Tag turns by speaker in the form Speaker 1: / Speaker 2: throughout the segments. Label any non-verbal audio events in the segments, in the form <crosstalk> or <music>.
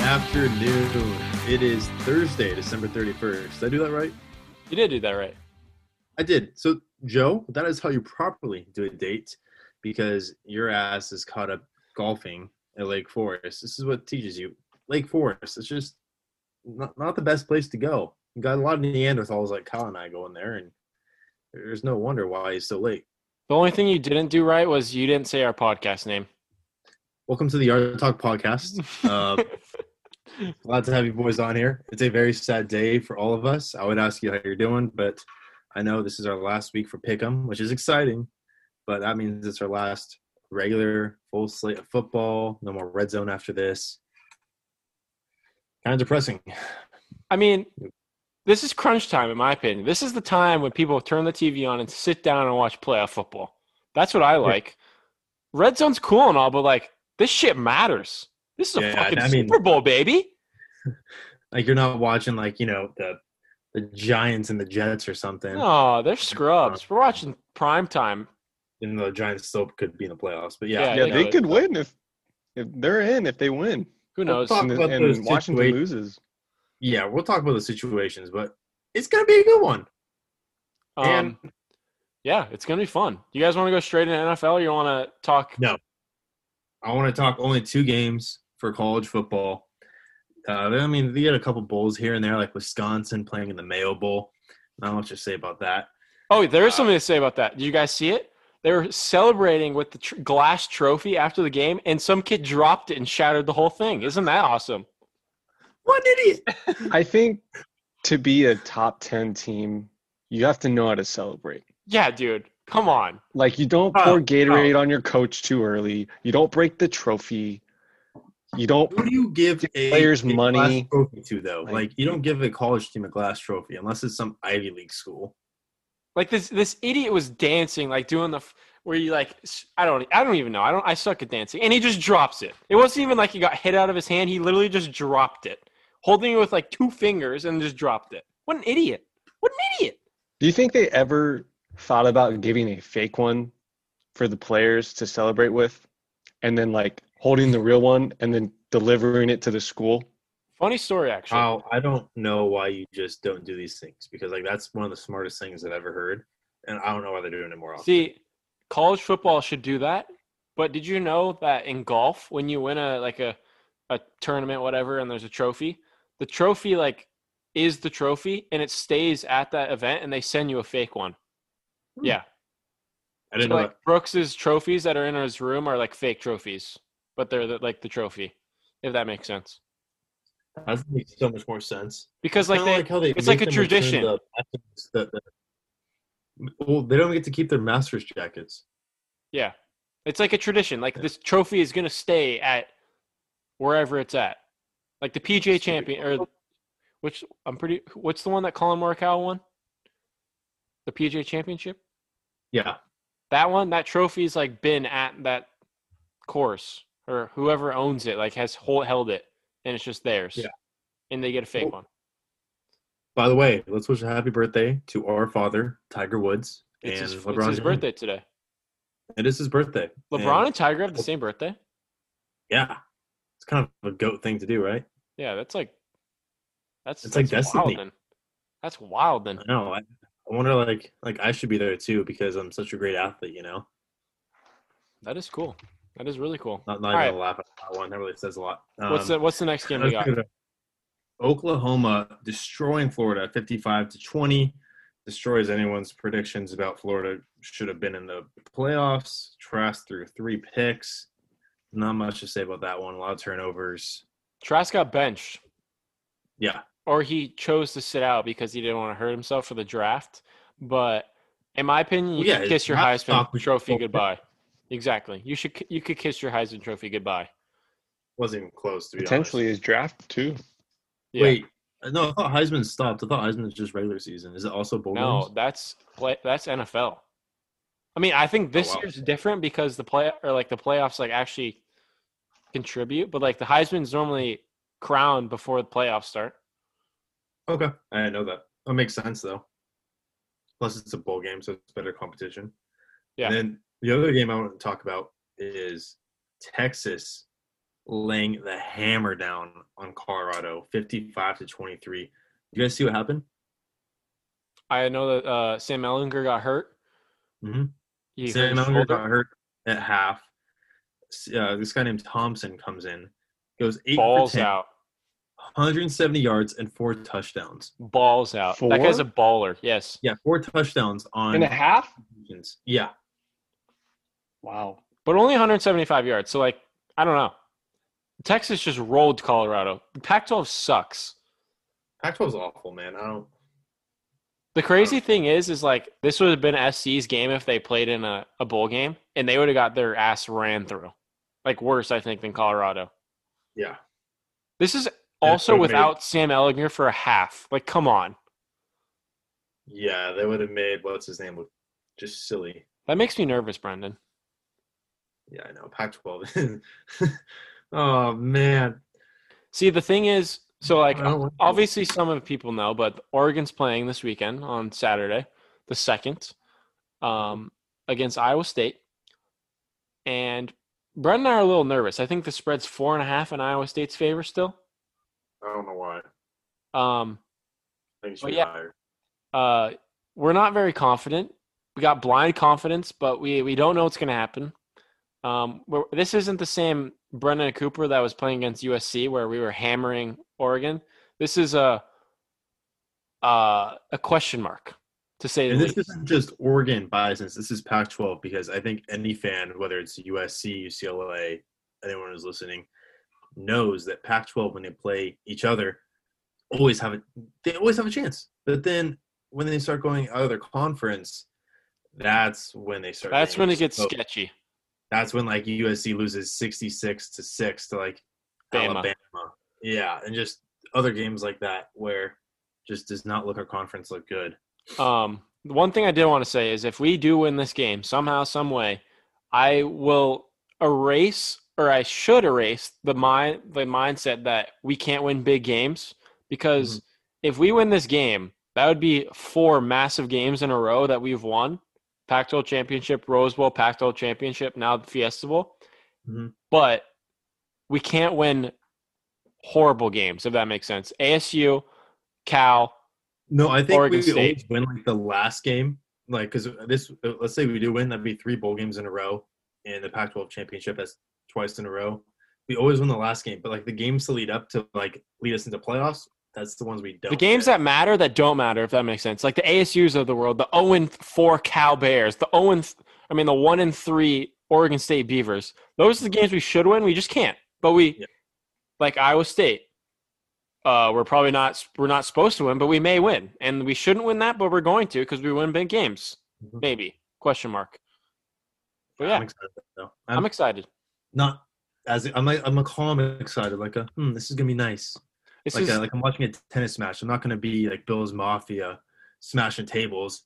Speaker 1: afternoon. It is Thursday, December 31st. Did I do that right?
Speaker 2: You did do that right.
Speaker 1: I did. So, Joe, that is how you properly do a date because your ass is caught up golfing at Lake Forest. This is what teaches you. Lake Forest, it's just not, not the best place to go. You got a lot of Neanderthals like Kyle and I going there, and there's no wonder why he's so late.
Speaker 2: The only thing you didn't do right was you didn't say our podcast name.
Speaker 1: Welcome to the Yard Talk podcast. Uh, glad to have you boys on here. It's a very sad day for all of us. I would ask you how you're doing, but I know this is our last week for Pick'em, which is exciting, but that means it's our last regular full slate of football. No more red zone after this. Kind of depressing.
Speaker 2: I mean, this is crunch time, in my opinion. This is the time when people turn the TV on and sit down and watch playoff football. That's what I like. Red zone's cool and all, but like this shit matters. This is a
Speaker 1: Yeah,
Speaker 2: fucking
Speaker 1: I mean-
Speaker 2: Super Bowl, baby.
Speaker 1: Like you're not watching like, you know, the the Giants and the Jets or something.
Speaker 2: Oh, they're scrubs. We're watching prime time.
Speaker 1: Even though the Giants still could be in the playoffs. But
Speaker 2: Yeah,
Speaker 1: yeah,
Speaker 2: I
Speaker 3: Yeah,
Speaker 2: know
Speaker 3: they
Speaker 2: it.
Speaker 3: could win if if they're in if they win
Speaker 2: Who knows?
Speaker 1: Fuck
Speaker 3: and,
Speaker 1: about
Speaker 3: and
Speaker 1: those
Speaker 3: Washington
Speaker 1: situa-
Speaker 3: loses.
Speaker 1: yeah, we'll talk about the situations, but it's gonna be a good one.
Speaker 2: Um, yeah, it's gonna be fun. You guys want to go straight into NFL? Or you want to talk?
Speaker 1: No. I want to talk only two games for college football. Uh, I mean, they had a couple bowls here and there, like Wisconsin playing in the Mayo Bowl. Not much to say about that.
Speaker 2: Oh, there is something to say about that. Did you guys see it? They were celebrating with the tr- glass trophy after the game, and some kid dropped it and shattered the whole thing. Isn't that awesome?
Speaker 1: What an idiot!
Speaker 3: I think to be a top ten team, you have to know how to celebrate.
Speaker 2: Yeah, dude. Come on.
Speaker 3: Like you don't
Speaker 1: Oh,
Speaker 3: pour Gatorade on your coach too early. You don't break the trophy. You don't.
Speaker 1: Who do you give a,
Speaker 3: Players
Speaker 1: a
Speaker 3: money.
Speaker 1: glass trophy to though?
Speaker 3: Like-
Speaker 1: Like, you don't give a college team a glass trophy unless it's some Ivy League school.
Speaker 2: Like this, this idiot was dancing, like doing the f- where you like s- I don't, I don't even know. I don't, I suck at dancing, and he just drops it. It wasn't even like he got hit out of his hand. He literally just dropped it, holding it with like two fingers, and just dropped it. What an idiot! What an idiot!
Speaker 3: Do you think they ever thought about giving a fake one for the players to celebrate with, and then like holding the real one and then delivering it to the school?
Speaker 2: Funny story, actually.
Speaker 1: Kyle, I don't know why you just don't do these things because like that's one of the smartest things I've ever heard, and I don't know why they're doing it more often.
Speaker 2: See, college football should do that. But did you know that in golf, when you win a like a a tournament, whatever, and there's a trophy, the trophy like is the trophy and it stays at that event, and they send you a fake one.
Speaker 1: Hmm.
Speaker 2: Yeah,
Speaker 1: I didn't
Speaker 2: so,
Speaker 1: know
Speaker 2: like Brooks's trophies that are in his room are like fake trophies, but they're the, like the trophy, if that makes sense.
Speaker 1: that. That makes so much more sense.
Speaker 2: Because like
Speaker 1: Kinda
Speaker 2: they,
Speaker 1: how they
Speaker 2: it's
Speaker 1: make
Speaker 2: like a
Speaker 1: them return
Speaker 2: tradition.
Speaker 1: the masters- the- the- well, they don't get to keep their master's jackets.
Speaker 2: yeah, it's like a tradition. Like
Speaker 1: Yeah.
Speaker 2: this trophy is gonna stay at wherever it's at, like the PGA
Speaker 1: Stupid.
Speaker 2: champion or which I'm pretty. What's the one that Colin Morikawa won? The PGA Championship.
Speaker 1: Yeah,
Speaker 2: That one, that trophy's like been at that course or whoever owns it, like has hold, held it, and it's just theirs.
Speaker 1: Yeah.
Speaker 2: And they get a fake
Speaker 1: Well,
Speaker 2: one.
Speaker 1: By the way, let's wish a happy birthday to our father, Tiger Woods,
Speaker 2: It's,
Speaker 1: and
Speaker 2: his, it's
Speaker 1: LeBron.
Speaker 2: his
Speaker 1: James.
Speaker 2: birthday today.
Speaker 1: It is his birthday.
Speaker 2: LeBron
Speaker 1: And,
Speaker 2: and Tiger have the same birthday.
Speaker 1: yeah, it's kind of a goat thing to do, right?
Speaker 2: Yeah, that's like that's
Speaker 1: It's like
Speaker 2: that's
Speaker 1: destiny.
Speaker 2: wild. Then. That's wild. Then
Speaker 1: I know. I, I wonder, like, like I should be there too because I'm such a great athlete. You know,
Speaker 2: that is cool. That is really cool.
Speaker 1: not not
Speaker 2: All
Speaker 1: even
Speaker 2: right.
Speaker 1: gonna laugh at that one. That really says a lot.
Speaker 2: what's
Speaker 1: Um,
Speaker 2: the what's the next game we got?
Speaker 1: Oklahoma destroying Florida 55 to 20 destroys anyone's predictions about Florida should have been in the playoffs. Trask through three picks. Not much to say about that one. A lot of turnovers.
Speaker 2: Trask got benched.
Speaker 1: Yeah.
Speaker 2: or he chose to sit out because he didn't want to hurt himself for the draft. But in my opinion, you
Speaker 1: Well, yeah,
Speaker 2: could kiss your
Speaker 1: draft
Speaker 2: Heisman
Speaker 1: stock was-
Speaker 2: trophy goodbye. Exactly. You should. You could kiss your Heisman trophy goodbye.
Speaker 1: Wasn't even close to be
Speaker 3: Potentially
Speaker 1: honest.
Speaker 3: is draft too.
Speaker 2: Yeah.
Speaker 1: Wait. No, I thought Heisman stopped. I thought Heisman is just regular season. Is it also bowl
Speaker 2: no,
Speaker 1: games?
Speaker 2: that's play. That's NFL. I mean, I think this
Speaker 1: Oh, wow.
Speaker 2: year's different because the play or like the playoffs like actually contribute, but like the Heisman's normally crowned before the playoffs start.
Speaker 1: Okay. I didn't know that. That makes sense though. Plus it's a bowl game, so it's better competition.
Speaker 2: Yeah.
Speaker 1: And then the other game I want to talk about is Texas laying the hammer down on Colorado, 55 to 23. You guys see what happened?
Speaker 2: I know that uh, Sam Ellinger got hurt.
Speaker 1: Mhm.
Speaker 2: He hurt
Speaker 1: Sam Ellinger
Speaker 2: his shoulder.
Speaker 1: got hurt at half. S- Uh, this guy named Thompson comes in, goes eight
Speaker 2: balls
Speaker 1: for 10,
Speaker 2: out.
Speaker 1: 170 yards and four touchdowns.
Speaker 2: Balls out. That guy's a
Speaker 3: Four?
Speaker 2: baller. Yes.
Speaker 1: Yeah, four touchdowns on.
Speaker 3: and a half.
Speaker 1: Yeah,
Speaker 3: Wow.
Speaker 2: But only 175 yards. So, like, I don't know. Texas just rolled Colorado. Pac 12 sucks.
Speaker 1: Pac-12's awful, man. I don't.
Speaker 2: The crazy thing is, is like, this would have been SC's game if they played in a, a bowl game, and they would have got their ass ran through. Like, worse, I think, than Colorado.
Speaker 1: Yeah,
Speaker 2: This is also
Speaker 1: would've made-
Speaker 2: without Sam Ellinger for a half. Like, come on.
Speaker 1: yeah, they would have made what's his name look just silly.
Speaker 2: That makes me nervous, Brendan.
Speaker 1: Yeah, I know. Pac-12. <laughs> oh man.
Speaker 2: See, the thing is, so, like,
Speaker 1: I don't like that.
Speaker 2: obviously some of the people know, but Oregon's playing this weekend on Saturday, the second, um, against Iowa State. And Brett and I are a little nervous. I think the spread's four and a half in Iowa State's favor still.
Speaker 1: I don't know why. I
Speaker 2: Um,
Speaker 1: think it should
Speaker 2: Well,
Speaker 1: be
Speaker 2: yeah.
Speaker 1: higher.
Speaker 2: uh, we're not very confident. We got blind confidence, but we we don't know what's going to happen. Um, we're, this isn't the same Brendan Cooper that was playing against USC where we were hammering Oregon. This is a uh, a question mark to say the
Speaker 1: And this
Speaker 2: least.
Speaker 1: isn't just Oregon biases. This is Pac-12 because I think any fan, whether it's USC, UCLA, anyone who's listening, knows that Pac-12 when they play each other, always have a they always have a chance. But then when they start going out of their conference, that's when they start.
Speaker 2: That's
Speaker 1: getting
Speaker 2: when it gets
Speaker 1: exposed.
Speaker 2: sketchy.
Speaker 1: That's when like USC loses sixty-six to six to like
Speaker 2: Bama.
Speaker 1: Alabama. Yeah, and just other games like that where just does not look our conference look good.
Speaker 2: Um, the one thing I did want to say is if we do win this game somehow, some way, I will erase or I should erase the mind the mindset that we can't win big games because if we win this game, that would be four massive games in a row that we've won: Pac-12 championship, Rose Bowl, Pac-12 championship, now the Fiesta Bowl.
Speaker 1: Mhm.
Speaker 2: But we can't win horrible games if that makes sense. ASU, Cal,
Speaker 1: No, I think
Speaker 2: Oregon
Speaker 1: we
Speaker 2: State.
Speaker 1: always win like the last game, like because this. Let's say we do win, that'd be three bowl games in a row, and the Pac-12 championship that's twice in a row. We always win the last game, but like the games to lead up to like lead us into playoffs, that's the ones we don't.
Speaker 2: the games
Speaker 1: win.
Speaker 2: that matter that don't matter if that makes sense like the asus of the world the 0 and 4 cow bears the 0 and th- i mean the 1 and 3 oregon state beavers those are the games we should win we just can't but we
Speaker 1: Yeah.
Speaker 2: like iowa state uh, we're probably not we're not supposed to win but we may win and we shouldn't win that but we're going to because we win big games
Speaker 1: Mhm.
Speaker 2: maybe question mark but yeah
Speaker 1: I'm
Speaker 2: i'm,
Speaker 1: excited though. I'm,
Speaker 2: excited
Speaker 1: not as I'm like I'm a calm excited, like a hmm, this is gonna be nice.
Speaker 2: this
Speaker 1: like
Speaker 2: is
Speaker 1: uh, like I'm watching a tennis match. I'm not gonna be like Bill's Mafia smashing tables.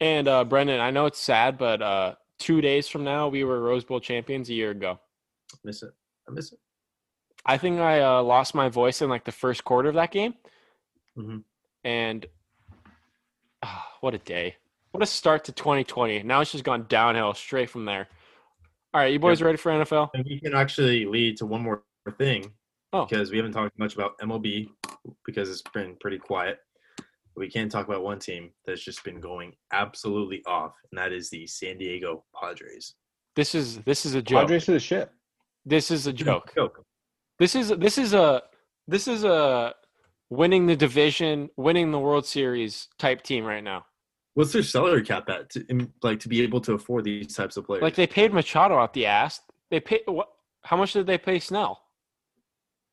Speaker 2: and uh, brendan i know it's sad but uh, two days from now we were rose bowl champions a year ago
Speaker 1: Miss it. I miss it.
Speaker 2: I think I uh, lost my voice in like the first quarter of that game,
Speaker 3: Mm-hmm.
Speaker 1: Mhm.
Speaker 2: and ah, what a day! What a start to 2020. Now it's just gone downhill straight from there. All right, you boys ready for NFL?
Speaker 1: And we can actually lead to one more thing
Speaker 2: Oh.
Speaker 1: because we haven't talked much about MLB because it's been pretty quiet. We can talk about one team that's just been going absolutely off, and that is the San Diego Padres.
Speaker 2: This is this is a joke.
Speaker 3: Padres are the shit.
Speaker 2: This is a joke.
Speaker 1: <laughs> Joke.
Speaker 2: This is this is a this is a winning the division, winning the World Series type team right now.
Speaker 1: What's their salary cap at? To, in- like to be able to afford these types of players?
Speaker 2: Like they paid Machado out the ass. They pay what? How much did they pay Snell?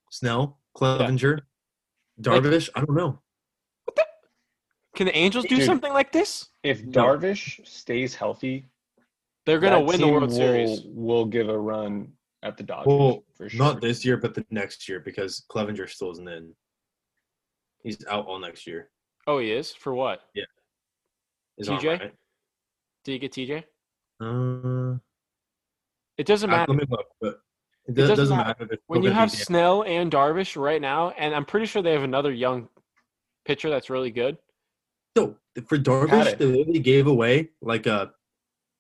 Speaker 1: Snell, Clevenger, Darvish. I don't know.
Speaker 2: Can the Angels do
Speaker 3: Dude.
Speaker 2: something like this?
Speaker 3: If
Speaker 1: No.
Speaker 3: Darvish stays healthy,
Speaker 2: They're gonna
Speaker 3: that
Speaker 2: win the
Speaker 3: team
Speaker 2: World
Speaker 3: will,
Speaker 2: Series.
Speaker 3: Will give a run at the Dodgers
Speaker 1: Well,
Speaker 3: for sure.
Speaker 1: Not this year, but the next year because Clevenger still isn't in. He's out all next year.
Speaker 2: Oh, he is? For what?
Speaker 1: Is on,
Speaker 2: TJ?
Speaker 1: right?
Speaker 2: Did he get TJ?
Speaker 1: Uh,
Speaker 2: It doesn't
Speaker 1: I-
Speaker 2: matter.
Speaker 1: Let me look, but it, does,
Speaker 2: doesn't
Speaker 1: doesn't,
Speaker 2: matter.
Speaker 1: matter. There's
Speaker 2: When
Speaker 1: still
Speaker 2: you
Speaker 1: gonna
Speaker 2: have
Speaker 1: be-
Speaker 2: Snell and Darvish right now, and I'm pretty sure they have another young pitcher that's really good.
Speaker 1: so for
Speaker 3: Got
Speaker 1: Darvish,
Speaker 3: it.
Speaker 1: they literally gave away like a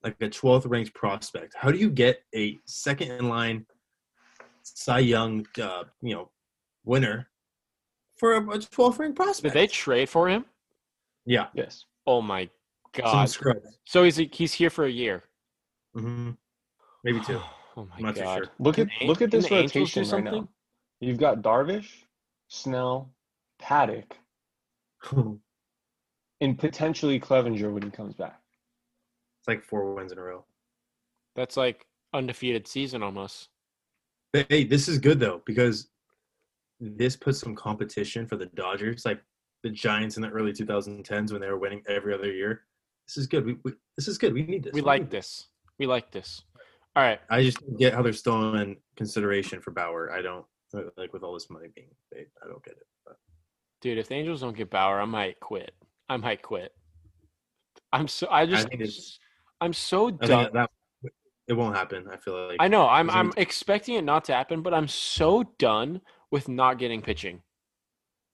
Speaker 1: like a 12th ranked prospect. How do you get a second in line Cy Young, uh, you know, winner for a 12 ring
Speaker 2: Did
Speaker 1: prospect.
Speaker 2: they trade for him?
Speaker 1: yeah,
Speaker 3: Yes.
Speaker 2: Oh my
Speaker 1: some
Speaker 2: god!
Speaker 1: scrub.
Speaker 2: So he's he's here for a year.
Speaker 1: hmm Maybe
Speaker 2: <sighs>
Speaker 1: two.
Speaker 2: Oh my
Speaker 1: I'm not too
Speaker 2: god!
Speaker 1: sure.
Speaker 3: Look
Speaker 2: Can
Speaker 3: at
Speaker 2: the An-
Speaker 3: look at
Speaker 2: can
Speaker 3: this
Speaker 2: the Angels do
Speaker 3: rotation right now.
Speaker 2: something?
Speaker 3: You've got Darvish, Snell, Paddock,
Speaker 1: it's
Speaker 3: and potentially Clevenger when he comes back.
Speaker 1: like four wins in a row.
Speaker 2: That's like undefeated season almost.
Speaker 1: But, hey, this is good though because this puts some competition for the Dodgers, like the Giants in the early 2010s when they were winning every other year. This is good. We, we this is good. We need this.
Speaker 2: We like this. We like this. All right.
Speaker 1: I just don't get how they're still in consideration for Bauer. I don't like with all this money being paid. I don't get it.
Speaker 2: Dude, if the Angels don't get Bauer, I might quit. I might quit. I'm so I just
Speaker 1: think it's-
Speaker 2: I'm so
Speaker 1: I
Speaker 2: done.
Speaker 1: think that it won't happen. I feel like
Speaker 2: I know I'm
Speaker 1: Is it-
Speaker 2: I'm expecting it not to happen, but I'm so done with not getting pitching.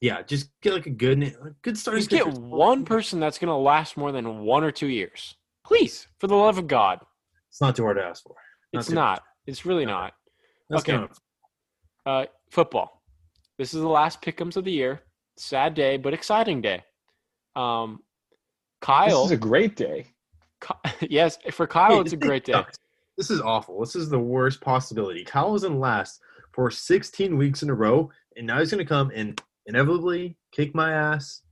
Speaker 1: yeah, just get like a good a good starting.
Speaker 2: Just get
Speaker 1: pitcher.
Speaker 2: one person that's gonna last more than one or two years. Please, for the love of God.
Speaker 1: It's not too hard to ask for. Not
Speaker 2: It's
Speaker 1: too
Speaker 2: not. It's really not.
Speaker 1: That's
Speaker 2: Okay.
Speaker 1: kind of-
Speaker 2: Uh, football. This is the last pickums of the year. Sad day, but exciting day. Um,
Speaker 3: This
Speaker 2: Kyle.
Speaker 3: is a great day.
Speaker 2: Ky- <laughs> yes, for Kyle,
Speaker 1: Hey, <laughs>
Speaker 2: it's a
Speaker 1: this thing
Speaker 2: great day.
Speaker 1: sucks. This is awful. This is the worst possibility. Kyle was in last for 16 weeks in a row, and now he's going to come and inevitably kick my ass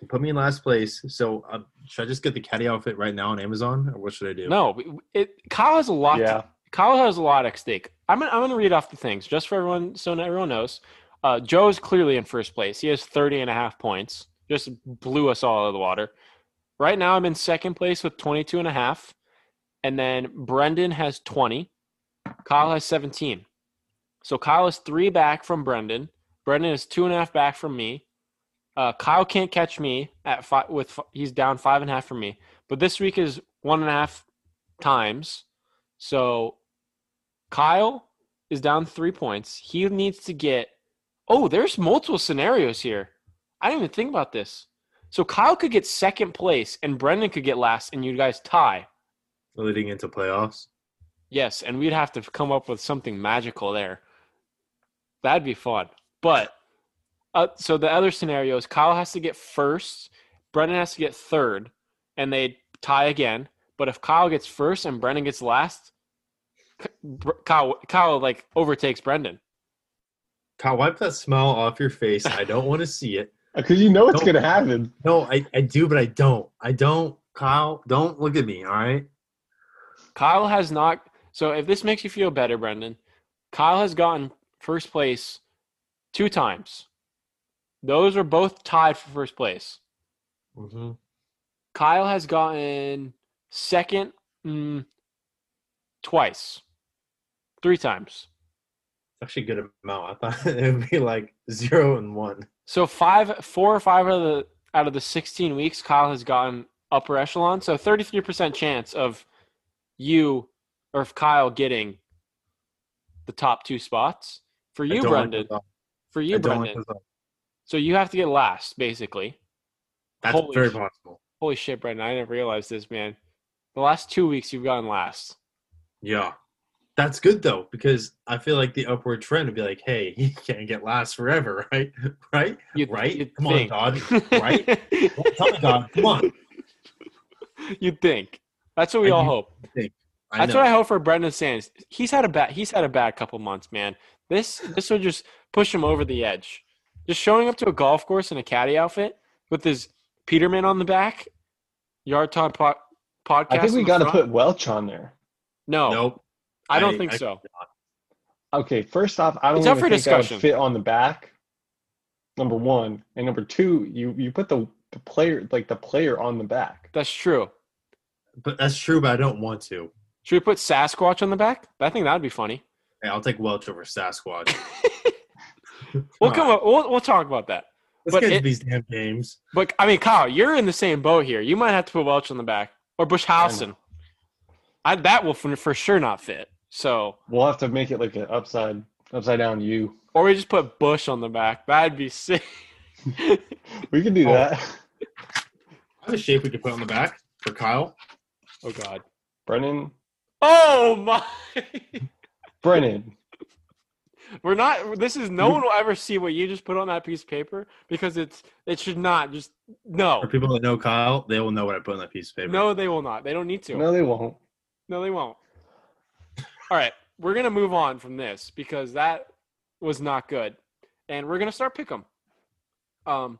Speaker 1: and put me in last place. So um, should I just get the caddy outfit right now on Amazon, or what should I do?
Speaker 2: No, we- it, Kyle has a lot.
Speaker 3: Yeah.
Speaker 2: To, Kyle has a lot at stake. I'm gonna, I'm gonna read off the things just for everyone, so that everyone knows. Uh, Joe is clearly in first place. He has 30 and a half points. Just blew us all out of the water. Right now, I'm in second place with 22 and a half, and then Brendan has 20. Kyle has 17. So Kyle is three back from Brendan. Brendan is two and a half back from me. Uh, Kyle can't catch me at five. With f- he's down five and a half from me. But this week is one and a half times. So Kyle is down three points. He needs to get. Oh, there's multiple scenarios here. I didn't even think about this. So Kyle could get second place, and Brendan could get last, and you guys tie.
Speaker 1: Leading into playoffs.
Speaker 2: Yes, and we'd have to come up with something magical there. That'd be fun. But uh, so the other scenario is Kyle has to get first, Brendan has to get third, and they tie again. But if Kyle gets first and Brendan gets last, K- Br- Kyle Kyle like overtakes Brendan.
Speaker 1: Kyle, wipe that smile off your face. I don't want to see it.
Speaker 3: Because you know it's
Speaker 1: Nope.
Speaker 3: going to happen.
Speaker 1: No, I, I do, but I don't. I don't. Kyle, don't look at me, all right?
Speaker 2: Kyle has not. So if this makes you feel better, Brendan, Kyle has gotten first place two times. Those are both tied for first place.
Speaker 1: Mm-hmm.
Speaker 2: Kyle has gotten second mm, twice, three times.
Speaker 1: Actually, a good amount. I thought <laughs> it would be like zero and one.
Speaker 2: So five, four or five out of the out of the sixteen weeks, Kyle has gotten upper echelon. So thirty three percent chance of you or of Kyle getting the top two spots for
Speaker 1: I
Speaker 2: you,
Speaker 1: don't like
Speaker 2: Brendan.
Speaker 1: those odds.
Speaker 2: For
Speaker 1: I
Speaker 2: you,
Speaker 1: don't like
Speaker 2: Brendan.
Speaker 1: those odds.
Speaker 2: So you have to get last, basically.
Speaker 1: That's
Speaker 2: Holy
Speaker 1: very
Speaker 2: sh-
Speaker 1: possible.
Speaker 2: Holy shit, Brendan! I didn't realize this, man. The last two weeks, you've gotten last.
Speaker 1: Yeah. That's good though, because I feel like the upward trend would be like, hey, <laughs> he can't get last forever, <laughs> right? Right?
Speaker 2: You'd,
Speaker 1: Right?
Speaker 2: You'd
Speaker 1: Come on,
Speaker 2: think.
Speaker 1: Dodge.
Speaker 2: <laughs>
Speaker 1: Right? Don't tell me, God. Come on.
Speaker 2: You'd think. That's what we
Speaker 1: I
Speaker 2: all
Speaker 1: do
Speaker 2: hope.
Speaker 1: I
Speaker 2: That's
Speaker 1: know.
Speaker 2: what <laughs> I hope for Brendan Sands. He's had a bad he's had a bad couple months, man. This this would just push him over the edge. Just showing up to a golf course in a caddy outfit with his Peterman on the back, yard time po- podcast.
Speaker 3: I think we
Speaker 2: on the
Speaker 3: got to
Speaker 2: front.
Speaker 3: put Welch on there.
Speaker 2: no.
Speaker 1: Nope.
Speaker 2: I don't
Speaker 1: I-
Speaker 2: think
Speaker 1: I-
Speaker 2: so.
Speaker 3: Okay, first off, I don't
Speaker 2: It's up
Speaker 3: even
Speaker 2: for
Speaker 3: think that would
Speaker 2: discussion.
Speaker 3: fit on the back. Number one, and number two, you you put the, the player like the player on the back.
Speaker 2: That's true.
Speaker 1: But that's true, but I don't want to.
Speaker 2: Should we put Sasquatch on the back? I think that would be funny.
Speaker 1: Hey, I'll take Welch over Sasquatch.
Speaker 2: We'll
Speaker 1: Come
Speaker 2: come up. <laughs> We'll, we'll talk about that.
Speaker 1: Let's
Speaker 2: but
Speaker 1: get
Speaker 2: it-
Speaker 1: to these damn games.
Speaker 2: But I mean, Kyle, you're in the same boat here. You might have to put Welch on the back or Bushhausen. I that will for, for sure not fit. So
Speaker 3: We'll have to make it like an upside upside down U.
Speaker 2: or we just put Bush on the back. That'd be sick.
Speaker 3: We can do
Speaker 1: Oh.
Speaker 3: that. <laughs>
Speaker 1: I have a shape we could put on the back for Kyle.
Speaker 2: <laughs> oh God. <laughs>
Speaker 3: Brennan,
Speaker 2: Oh my.
Speaker 3: Brennan,
Speaker 2: We're not. This is no one will ever see what you just put on that piece of paper because it's it should not just no
Speaker 1: For people that know Kyle, they will know what I put on that piece of paper.
Speaker 2: Oh. no they will not. They don't need to.
Speaker 3: No, they won't.
Speaker 2: No, they won't. All right, we're gonna move on from this because that was not good, and we're gonna start pick 'em. Um,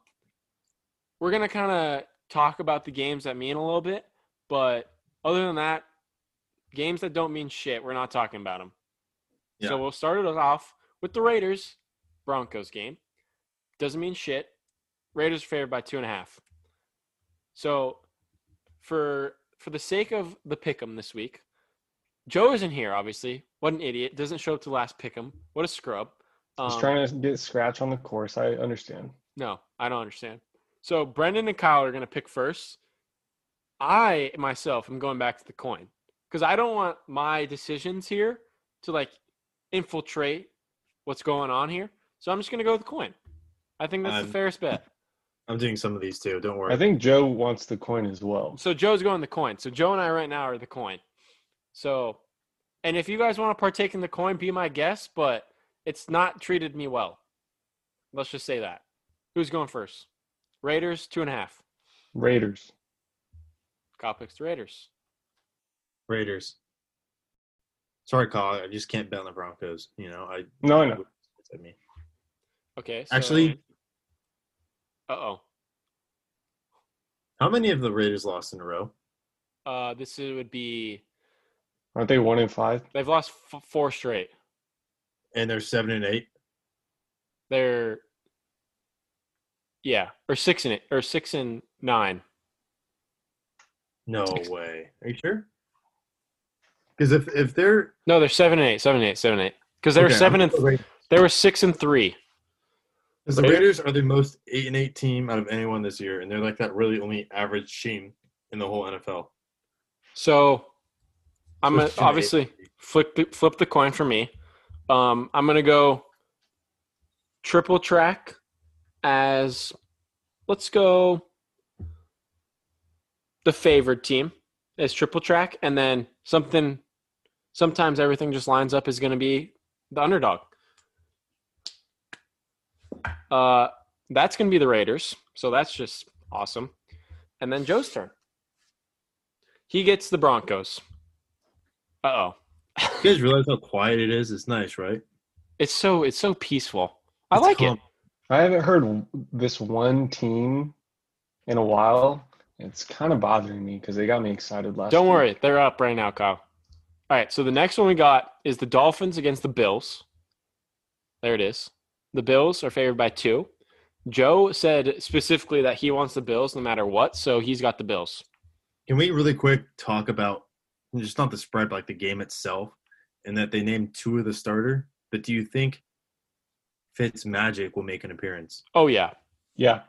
Speaker 2: we're gonna kind of talk about the games that mean a little bit, but other than that, games that don't mean shit, we're not talking about them.
Speaker 1: Yeah.
Speaker 2: So we'll start it off with the Raiders Broncos game. Doesn't mean shit. Raiders are favored by two and a half. So for for the sake of the pick'em this week, Joe isn't here, obviously. What an idiot. Doesn't show up to last pick'em. What a scrub.
Speaker 3: He's
Speaker 2: Um,
Speaker 3: trying to get scratch on the course. I understand.
Speaker 2: no, I don't understand. So Brendan and Kyle are going to pick first. I myself am going back to the coin because I don't want my decisions here to like infiltrate what's going on here. So I'm just going to go with the coin. I think that's
Speaker 1: I'm-
Speaker 2: the fairest bet.
Speaker 1: I'm doing some of these too. Don't worry.
Speaker 3: I think Joe wants the coin as well.
Speaker 2: So Joe's going the coin. So Joe and I right now are the coin. So, and if you guys want to partake in the coin, be my guest, but it's not treated me well. Let's just say that. Who's going first? Raiders, two and a half.
Speaker 3: Raiders.
Speaker 2: Kyle picks the Raiders.
Speaker 1: Raiders. Sorry, Kyle. I just can't bet on the Broncos. You know, I.
Speaker 3: No, I know.
Speaker 1: I mean,
Speaker 2: Okay. So,
Speaker 1: actually,
Speaker 2: Uh oh.
Speaker 1: how many of the Raiders lost in a row?
Speaker 2: Uh, this is- would be
Speaker 3: Aren't they one in five?
Speaker 2: they've lost f- four straight.
Speaker 1: And they're seven and eight.
Speaker 2: They're yeah, or six and eight, or six and nine. <laughs>
Speaker 1: No way. Are you sure? Because if if they're
Speaker 2: No, they're seven and eight, seven and eight, seven and eight. Because they were
Speaker 1: Okay, I'm
Speaker 2: seven and
Speaker 1: gonna go Raiders.
Speaker 2: they were six and three.
Speaker 1: 'Cause the Raiders are the most eight and eight team out of anyone this year, and they're like that really only average team in the whole NFL.
Speaker 2: So I'm
Speaker 1: So it's two
Speaker 2: gonna
Speaker 1: and eight.
Speaker 2: obviously flip the, flip the coin for me. Um, I'm gonna go triple track as let's go the favored team is triple track, and then something sometimes everything just lines up is gonna be the underdog. Uh, that's gonna be the Raiders, so that's just awesome. And then Joe's turn. He gets the Broncos. Uh oh.
Speaker 1: You guys realize how quiet it is? It's nice, right?
Speaker 2: It's so it's so peaceful. I
Speaker 1: It's
Speaker 2: like
Speaker 1: calm.
Speaker 2: it.
Speaker 3: I haven't heard w- this one team in a while. It's kind of bothering me because they got me excited last.
Speaker 2: Don't
Speaker 3: week.
Speaker 2: worry, they're up right now, Kyle. All right, so the next one we got is the Dolphins against the Bills. There it is. The Bills are favored by two. Joe said specifically that he wants the Bills no matter what, so he's got the Bills.
Speaker 1: Can we really quick talk about just not the spread, but like the game itself, and that they named two of the starter? But do you think Fitz Magic will make an appearance?
Speaker 2: Oh yeah,
Speaker 3: Yeah,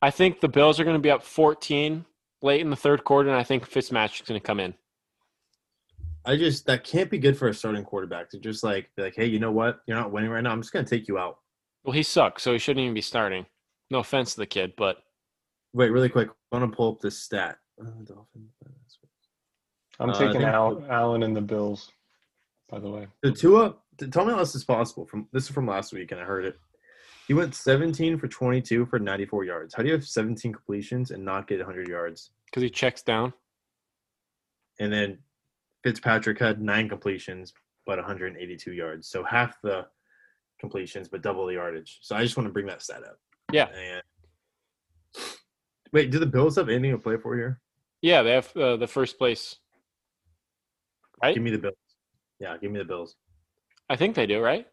Speaker 2: I think the Bills are going to be up 14 late in the third quarter, and I think Fitzmagic's going to come in.
Speaker 1: I just that can't be good for a starting quarterback to just like be like, hey, you know what? You're not winning right now. I'm just gonna take you out.
Speaker 2: Well, he sucks, so he shouldn't even be starting. No offense to the kid, but
Speaker 1: Wait, really quick. I want to pull up this stat. Uh, Dolphins.
Speaker 3: I'm
Speaker 1: Uh, I
Speaker 3: taking
Speaker 1: think-
Speaker 3: Al- Allen and the Bills. By the way,
Speaker 1: The Tua, t- tell me how this is possible. From this is from last week, and I heard it. He went 17 for 22 for 94 yards. How do you have 17 completions and not get 100 yards?
Speaker 2: because he checks down.
Speaker 1: And then Fitzpatrick had nine completions but 182 yards, so half the completions but double the yardage. So I just want to bring that stat up.
Speaker 2: Yeah.
Speaker 1: And wait, do the Bills have anything to play for here?
Speaker 2: Yeah, they have uh, the first place. Right?
Speaker 1: Give me the Bills. Yeah, give me the Bills.
Speaker 2: I think they do, right?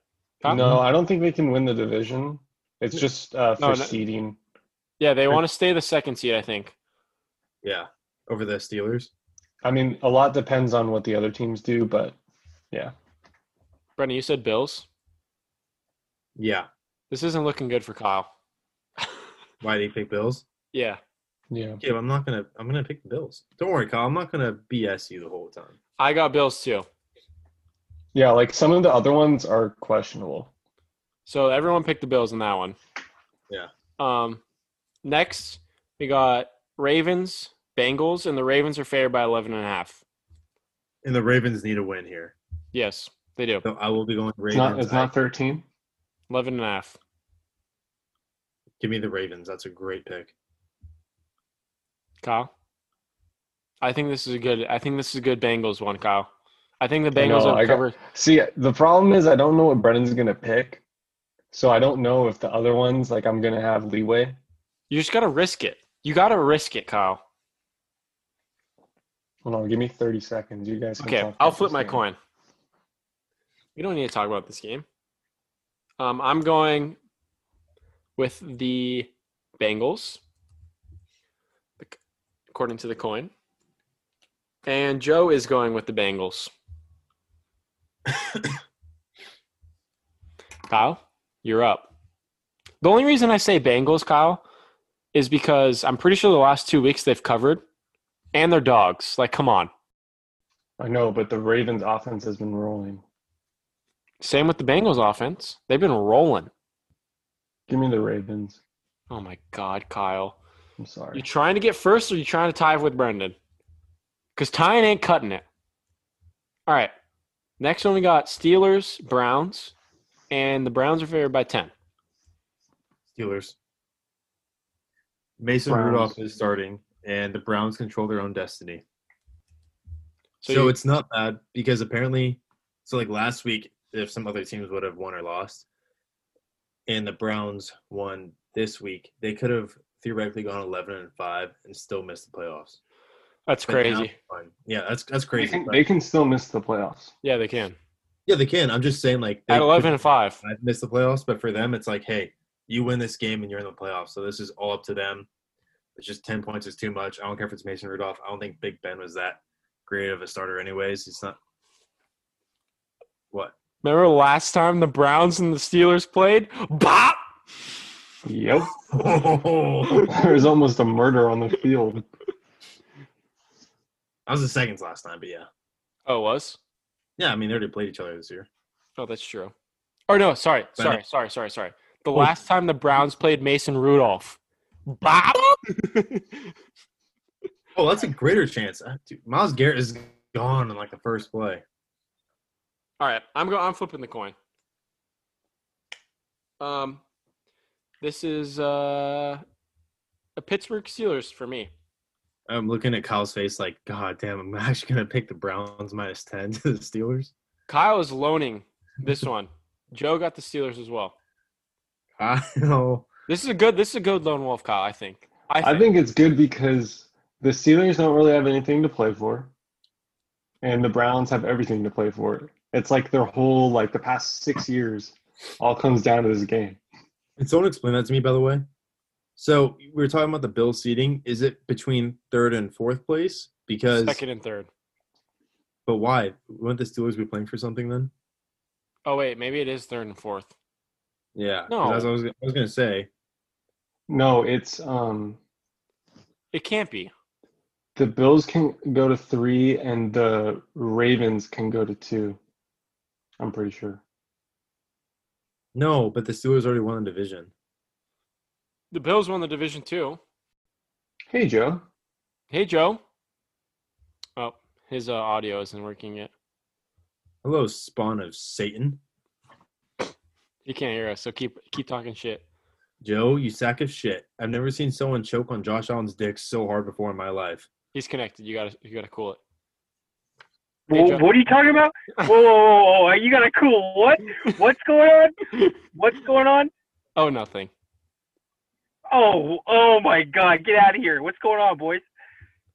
Speaker 2: Huh?
Speaker 3: no, I don't think they can win the division. It's just uh, for
Speaker 2: No, no.
Speaker 3: seeding.
Speaker 2: Yeah, they want to stay the second seed, I think.
Speaker 1: Yeah, over the Steelers.
Speaker 3: I mean, a lot depends on what the other teams do, but yeah,
Speaker 2: Brendan, you said Bills.
Speaker 1: Yeah.
Speaker 2: This isn't looking good for Kyle.
Speaker 1: Why do you pick Bills?
Speaker 2: Yeah.
Speaker 3: yeah.
Speaker 1: Yeah, but I'm not gonna. I'm gonna pick the Bills. Don't worry, Kyle. I'm not gonna BS you the whole time.
Speaker 2: I got Bills too.
Speaker 3: Yeah, like some of the other ones are questionable.
Speaker 2: So everyone picked the Bills in that one.
Speaker 1: Yeah.
Speaker 2: Um next we got Ravens, Bengals, and the Ravens are favored by eleven and a half.
Speaker 1: And the Ravens need a win here.
Speaker 2: Yes. They do.
Speaker 1: So I will be going
Speaker 3: It's
Speaker 1: Ravens.
Speaker 3: not, it's
Speaker 1: I-
Speaker 3: not 13.
Speaker 2: 11 and a half.
Speaker 1: give me the Ravens. That's a great pick.
Speaker 2: Kyle? I think this is a good I think this is a good Bengals one, Kyle. I think the
Speaker 3: I know,
Speaker 2: Bengals will
Speaker 3: I got-
Speaker 2: cover.
Speaker 3: See, the problem is I don't know what Brennan's going to pick. So I don't know if the other ones, like, I'm going to have leeway.
Speaker 2: You just gotta risk it. You gotta risk it, Kyle.
Speaker 3: Hold on, give me 30 seconds. You guys can
Speaker 2: Okay,
Speaker 3: talk
Speaker 2: I'll
Speaker 3: about
Speaker 2: flip
Speaker 3: this
Speaker 2: my
Speaker 3: game.
Speaker 2: coin. We don't need to talk about this game. Um, I'm going with the Bengals, ac- according to the coin. And Joe is going with the
Speaker 3: <coughs>
Speaker 2: Bengals. Kyle, you're up. The only reason I say Bengals, Kyle, is because I'm pretty sure the last two weeks they've covered, and they're dogs. Like, come on.
Speaker 3: I know, but the Ravens offense has been rolling.
Speaker 2: Same with the Bengals offense. They've been rolling.
Speaker 3: Give me the Ravens.
Speaker 2: Oh my God, Kyle.
Speaker 3: I'm sorry.
Speaker 2: You trying to get first or you trying to tie with Brendan? Because tying ain't cutting it. All right. Next one we got Steelers, Browns, and the Browns are favored by 10.
Speaker 1: Steelers. Mason
Speaker 3: Browns.
Speaker 1: Rudolph is starting, and the Browns control their own destiny.
Speaker 2: So
Speaker 1: So,
Speaker 2: you-
Speaker 1: it's not bad because apparently, so like last week, if some other teams would have won or lost, and the Browns won this week, they could have theoretically gone eleven and five and still missed the playoffs.
Speaker 2: That's
Speaker 1: But now
Speaker 2: crazy.
Speaker 1: it's fine. Yeah, that's that's
Speaker 3: They
Speaker 1: crazy.
Speaker 3: can,
Speaker 1: but-
Speaker 3: they can still miss the playoffs.
Speaker 2: Yeah, they can.
Speaker 1: yeah, they can. I'm just saying, like they
Speaker 2: At 11 and 5.
Speaker 1: I've missed the playoffs, but for them, it's like, hey, you win this game and you're in the playoffs. So this is all up to them. It's just 10 points is too much. I don't care if it's Mason Rudolph. I don't think Big Ben was that great of a starter, anyways. He's not. What?
Speaker 2: Remember last time the Browns and the Steelers played? Bop!
Speaker 3: <laughs> Yep.
Speaker 1: that
Speaker 3: there was almost a murder on the field.
Speaker 1: was the seconds last time, but yeah.
Speaker 2: Oh, it was?
Speaker 1: Yeah, I mean, they already played each other this year.
Speaker 2: Oh, that's true. Or no, sorry,
Speaker 1: But-
Speaker 2: sorry, sorry, sorry, sorry. The last time the Browns played Mason Rudolph. Bop!
Speaker 1: Oh, that's a greater chance. Uh, Dude, Miles Garrett is gone in like the first play.
Speaker 2: All right, I'm go- I'm flipping the coin. Um, this is uh, a Pittsburgh Steelers for me.
Speaker 1: I'm looking at Kyle's face like, God damn, I'm <laughs> actually going to pick the Browns minus 10 to the Steelers.
Speaker 2: Kyle is loaning <laughs> this one. Joe got the Steelers as well.
Speaker 1: <laughs> I know.
Speaker 2: This is a good. This is a good lone wolf, Kyle. I think. I think.
Speaker 3: I think it's good because the Steelers don't really have anything to play for, and the Browns have everything to play for. It's like their whole like the past six years all comes down to this game.
Speaker 1: And someone explained that to me, by the way. So we were talking about the bill seating. Is it between third and fourth place? Because,
Speaker 2: second and third.
Speaker 1: but why? Wouldn't the Steelers be playing for something then?
Speaker 2: Oh wait, maybe it is third and fourth.
Speaker 1: Yeah. 'cause
Speaker 2: No.
Speaker 1: That's what I was, I was going to say.
Speaker 3: No, it's um
Speaker 2: It can't be.
Speaker 3: the Bills can go to three and the Ravens can go to two. I'm pretty sure.
Speaker 1: No, but the Steelers already won the division.
Speaker 2: The Bills won the division too.
Speaker 3: Hey Joe,
Speaker 2: Hey Joe. Oh, his uh, audio isn't working yet.
Speaker 1: Hello, spawn of Satan.
Speaker 2: He can't hear us, so keep keep talking shit.
Speaker 1: Joe, you sack of shit. I've never seen someone choke on Josh Allen's dick so hard before in my life.
Speaker 2: He's connected. You gotta you gotta cool it. Hey,
Speaker 4: Wha-
Speaker 2: Joe.
Speaker 4: what are you
Speaker 2: <laughs>
Speaker 4: talking about? Whoa, whoa, whoa, whoa, whoa. You got a cool what? What's going on? What's going on?
Speaker 2: Oh, nothing.
Speaker 4: Oh, oh my God! Get out of here! What's going on, boys?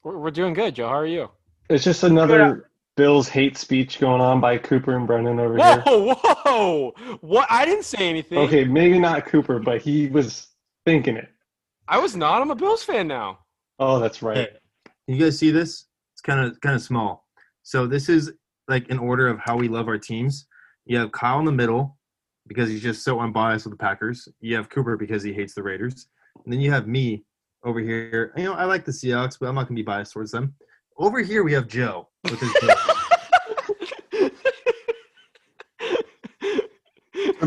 Speaker 2: We're, we're doing good, Joe. How are you?
Speaker 3: it's just another Bills hate speech going on by Cooper and Brennan over here.
Speaker 2: Whoa, whoa! What? I didn't say anything.
Speaker 3: Okay, maybe not Cooper, but he was thinking it.
Speaker 2: I was not. I'm a Bills fan
Speaker 3: <laughs>
Speaker 2: now.
Speaker 3: Oh, that's right.
Speaker 1: Hey, you guys see this? It's kind of kind of small. So this is like an order of how we love our teams. You have Kyle in the middle because he's just so unbiased with the Packers. You have Cooper because he hates the Raiders, and then you have me over here. You know, I like the Seahawks, but I'm not gonna be biased towards them. Over here we have Joe with his.
Speaker 3: For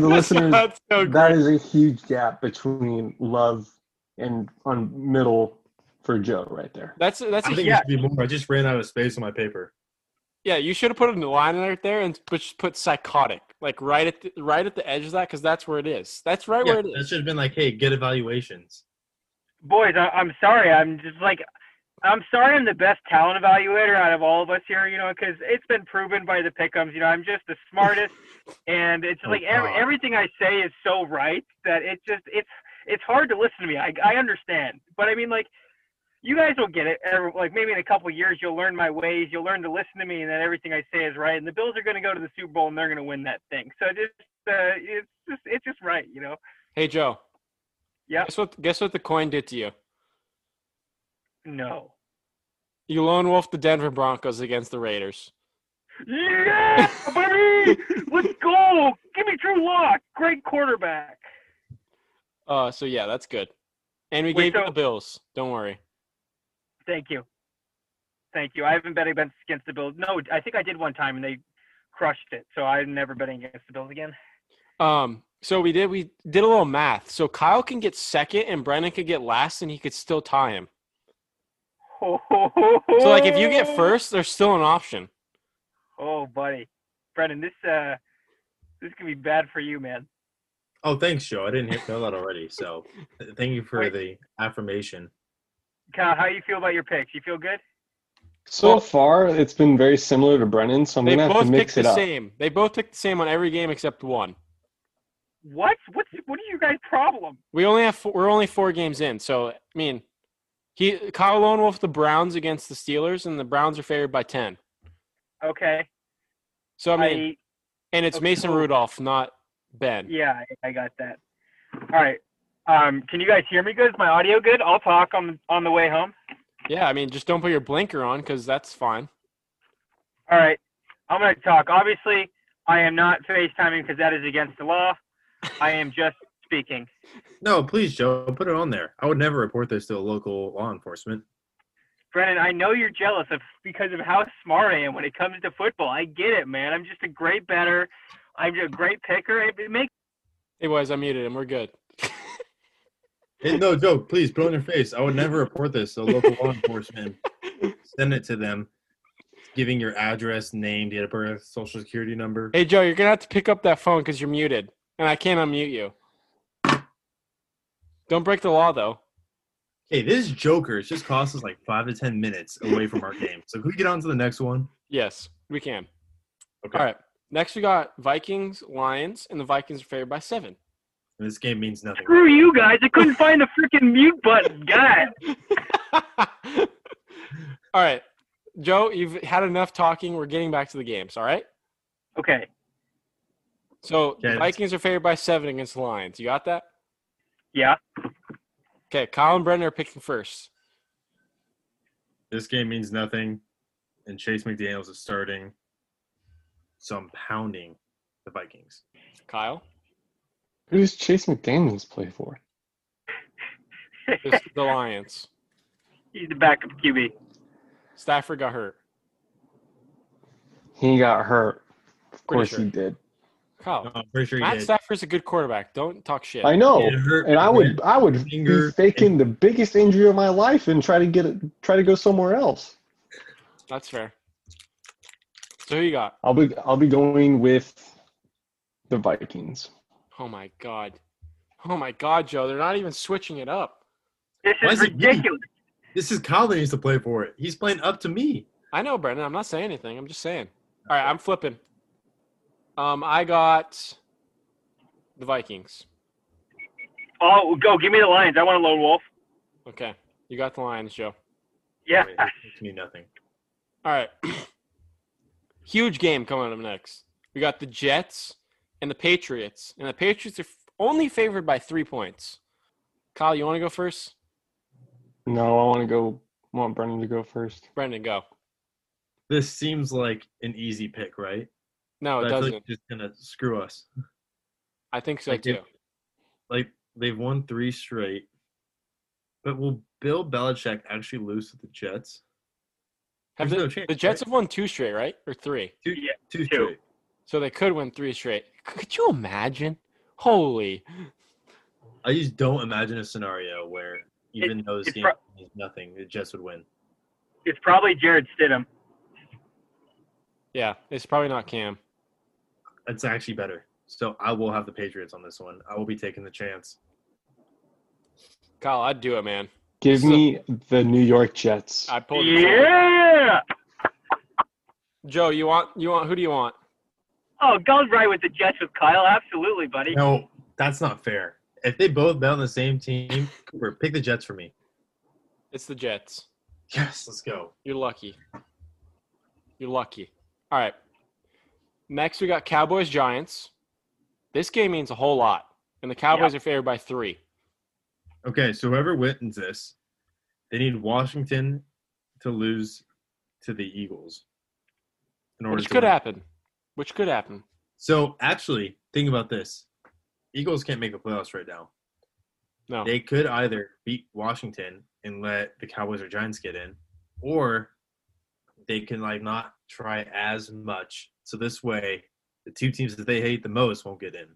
Speaker 2: <laughs>
Speaker 3: the listeners,
Speaker 2: That's so great.
Speaker 3: That is a huge gap between love and on middle for Joe right there.
Speaker 2: That's that's a
Speaker 1: I think
Speaker 2: huge-
Speaker 1: it should be more. I just ran out of space on my paper.
Speaker 2: Yeah, you should have put a line right there and put, just put psychotic, like right at the, right at the edge of that, because that's where it is. That's right
Speaker 1: Yeah,
Speaker 2: where it
Speaker 1: that
Speaker 2: is.
Speaker 1: should have been like, hey, get evaluations.
Speaker 4: boys, I, I'm sorry. I'm just like, I'm sorry. I'm the best talent evaluator out of all of us here, you know, because it's been proven by the pickums. You know, I'm just the
Speaker 1: <laughs>
Speaker 4: smartest, and it's
Speaker 1: Oh,
Speaker 4: like ev-
Speaker 1: God.
Speaker 4: everything I say is so right that it just it's it's hard to listen to me. I I understand, but I mean like. You guys will get it. Every- Like maybe in a couple of years, you'll learn my ways. You'll learn to listen to me, and that everything I say is right. And the Bills are going to go to the Super Bowl, and they're going to win that thing. So just, uh, it's just, it's just right, you know.
Speaker 2: Hey Joe.
Speaker 4: Yeah.
Speaker 2: Guess what? Guess what the coin did to you?
Speaker 4: No.
Speaker 2: You lone wolf the Denver Broncos against the Raiders.
Speaker 4: Yeah, buddy! Let's go! Give me Drew Lock, Great quarterback.
Speaker 2: Uh, so yeah, that's good. And we
Speaker 4: Wait,
Speaker 2: gave you
Speaker 4: so-
Speaker 2: the Bills. Don't worry.
Speaker 4: Thank you. Thank you. I haven't bet against against the Bills. No, I think I did one time and they crushed it. So I'm never betting against the Bills again.
Speaker 2: Um, so we did we did a little math. So Kyle can get second, and Brennan could get last, and he could still tie him.
Speaker 4: So
Speaker 2: So like, if you get first, there's still an option.
Speaker 4: Oh, buddy, Brendan, this uh, this could be bad for you, man.
Speaker 1: Oh, thanks, Joe. I didn't hear, know that already. So th- thank you for
Speaker 4: Wait.
Speaker 1: the affirmation.
Speaker 4: Kyle, how you feel about your picks? You feel good?
Speaker 3: So far, it's been very similar to Brennan, so I'm
Speaker 2: They
Speaker 3: gonna have to
Speaker 2: both picked
Speaker 3: mix it
Speaker 2: the
Speaker 3: up.
Speaker 2: same. They both picked the same on every game except one.
Speaker 4: What? What's what are you guys' problem?
Speaker 2: We only have four, we're only four games in. So I mean, he Kyle lone wolf the Browns against the Steelers, and the Browns are favored by ten.
Speaker 4: Okay,
Speaker 2: So I mean, and it's
Speaker 4: okay,
Speaker 2: Mason
Speaker 4: so-
Speaker 2: Rudolph, not Ben.
Speaker 4: Yeah, I- I got that. All right. Um, can you guys hear me good? Is my audio good? I'll talk on on the way home.
Speaker 2: Yeah, I mean, just don't put your blinker on because that's fine.
Speaker 4: All right. I'm going to talk. Obviously, I am not FaceTiming because that is against the law. I am just speaking.
Speaker 1: No, please, Joe, put it on there. I would never report this to a local law enforcement.
Speaker 4: Brennan, I know you're jealous of because of how smart I am when it comes to football. I get it, man. I'm just a great better. I'm a great picker. It, it makes
Speaker 2: Hey boys, I muted him. We're good.
Speaker 1: Hey, no, Joe, please put it on your face. I would never report this to local law enforcement. Send it to them, giving your address, name, date of birth, social security number.
Speaker 2: Hey Joe, you're gonna have to pick up that phone because you're muted, and I can't unmute you. Don't break the law though.
Speaker 1: Hey, this Joker it's just cost us like five to ten minutes away from our game. So can we get on to the next one?
Speaker 2: Yes, we can.
Speaker 1: Okay.
Speaker 2: All right. Next, we got Vikings, Lions, and the Vikings are favored by seven. <laughs>
Speaker 1: And this game means nothing.
Speaker 4: screw you guys. I couldn't find the freaking mute button. God.
Speaker 2: all right, Joe, you've had enough talking. We're getting back to the games. All right.
Speaker 4: Okay.
Speaker 2: So the
Speaker 1: Okay.
Speaker 2: Vikings are favored by seven against the Lions. You got that?
Speaker 4: Yeah.
Speaker 2: Okay. Kyle and Brendan are picking first.
Speaker 1: This game means nothing. And Chase McDaniels is starting. So I'm pounding the Vikings.
Speaker 2: Kyle,
Speaker 3: Who does Chase McDaniels play for?
Speaker 2: it's the Lions.
Speaker 4: He's the backup QB.
Speaker 2: Stafford got hurt.
Speaker 3: He got hurt. Of
Speaker 2: Pretty
Speaker 3: course
Speaker 2: sure.
Speaker 3: he did.
Speaker 1: No,
Speaker 2: Kyle,
Speaker 1: I'm pretty Oh, sure he
Speaker 2: Matt
Speaker 1: did.
Speaker 2: Stafford's a good quarterback. Don't talk shit.
Speaker 3: I know.
Speaker 1: It hurt
Speaker 3: And I would I would
Speaker 1: Finger
Speaker 3: be faking the biggest injury of my life and try to get it try to go somewhere else.
Speaker 2: That's fair. So who you got?
Speaker 3: I'll be I'll be going with the Vikings.
Speaker 2: Oh my god. Oh my god, Joe. They're not even switching it up.
Speaker 4: This
Speaker 1: Why
Speaker 4: is
Speaker 1: is it me?
Speaker 4: ridiculous.
Speaker 1: This is Kyle that needs to play for it. He's playing up to me.
Speaker 2: I know, Brendan. I'm not saying anything. I'm just saying. All right, I'm flipping. Um, I got the Vikings.
Speaker 4: Oh, go. Give me the Lions. I want a lone wolf.
Speaker 2: Okay, you got the Lions, Joe.
Speaker 4: Yeah.
Speaker 1: Wait, it means nothing.
Speaker 2: All right, <clears throat> huge game coming up next. We got the Jets and the Patriots, and the Patriots are f- only favored by three points. Kyle, you want to go first?
Speaker 3: No, I want to go I want Brendan to go first.
Speaker 2: Brendan, go.
Speaker 1: This seems like an easy pick, right? But
Speaker 2: No, it
Speaker 1: I feel like
Speaker 2: doesn't.
Speaker 1: it's just gonna screw us.
Speaker 2: I think so
Speaker 1: I do.
Speaker 2: too.
Speaker 1: Like they've won three straight. But will Bill Belichick actually lose to the Jets?
Speaker 2: Have
Speaker 1: There's no
Speaker 2: the,
Speaker 1: chance,
Speaker 2: the Jets
Speaker 1: right?
Speaker 2: have won two straight, right? Or three.
Speaker 1: Two,
Speaker 4: Yeah,
Speaker 1: two
Speaker 4: two.
Speaker 1: straight.
Speaker 2: So they could win three straight. C- Could you imagine? Holy.
Speaker 1: I just don't imagine a scenario where even though this
Speaker 4: it's
Speaker 1: game
Speaker 4: pro-
Speaker 1: means nothing, the Jets would win.
Speaker 4: It's probably Jared Stidham.
Speaker 2: Yeah, it's probably not Cam.
Speaker 1: It's actually better. So I will have the Patriots on this one. I will be taking the chance.
Speaker 2: Kyle, I'd do it, man.
Speaker 3: Give
Speaker 2: So-
Speaker 3: me the New York Jets.
Speaker 2: I pulled. the trigger.
Speaker 4: Yeah.
Speaker 2: Joe, you want you want who do you want?
Speaker 4: Oh, Gull's right with the Jets with Kyle. Absolutely, buddy.
Speaker 1: No, that's not fair. If they both bet on the same team, Cooper, pick the Jets for me.
Speaker 2: It's the Jets.
Speaker 1: Yes, let's go.
Speaker 2: You're lucky. You're lucky. All right. Next, we got Cowboys Giants. This game means a whole lot, and the Cowboys are favored by three.
Speaker 1: Okay, so whoever wins this, they need Washington to lose to the Eagles. In order
Speaker 2: Which
Speaker 1: to
Speaker 2: could
Speaker 1: win.
Speaker 2: happen. Which could happen.
Speaker 1: So actually, think about this: Eagles can't make the playoffs right now.
Speaker 2: No.
Speaker 1: They could either beat Washington and let the Cowboys or Giants get in, or they can like not try as much. So this way, the two teams that they hate the most won't get in.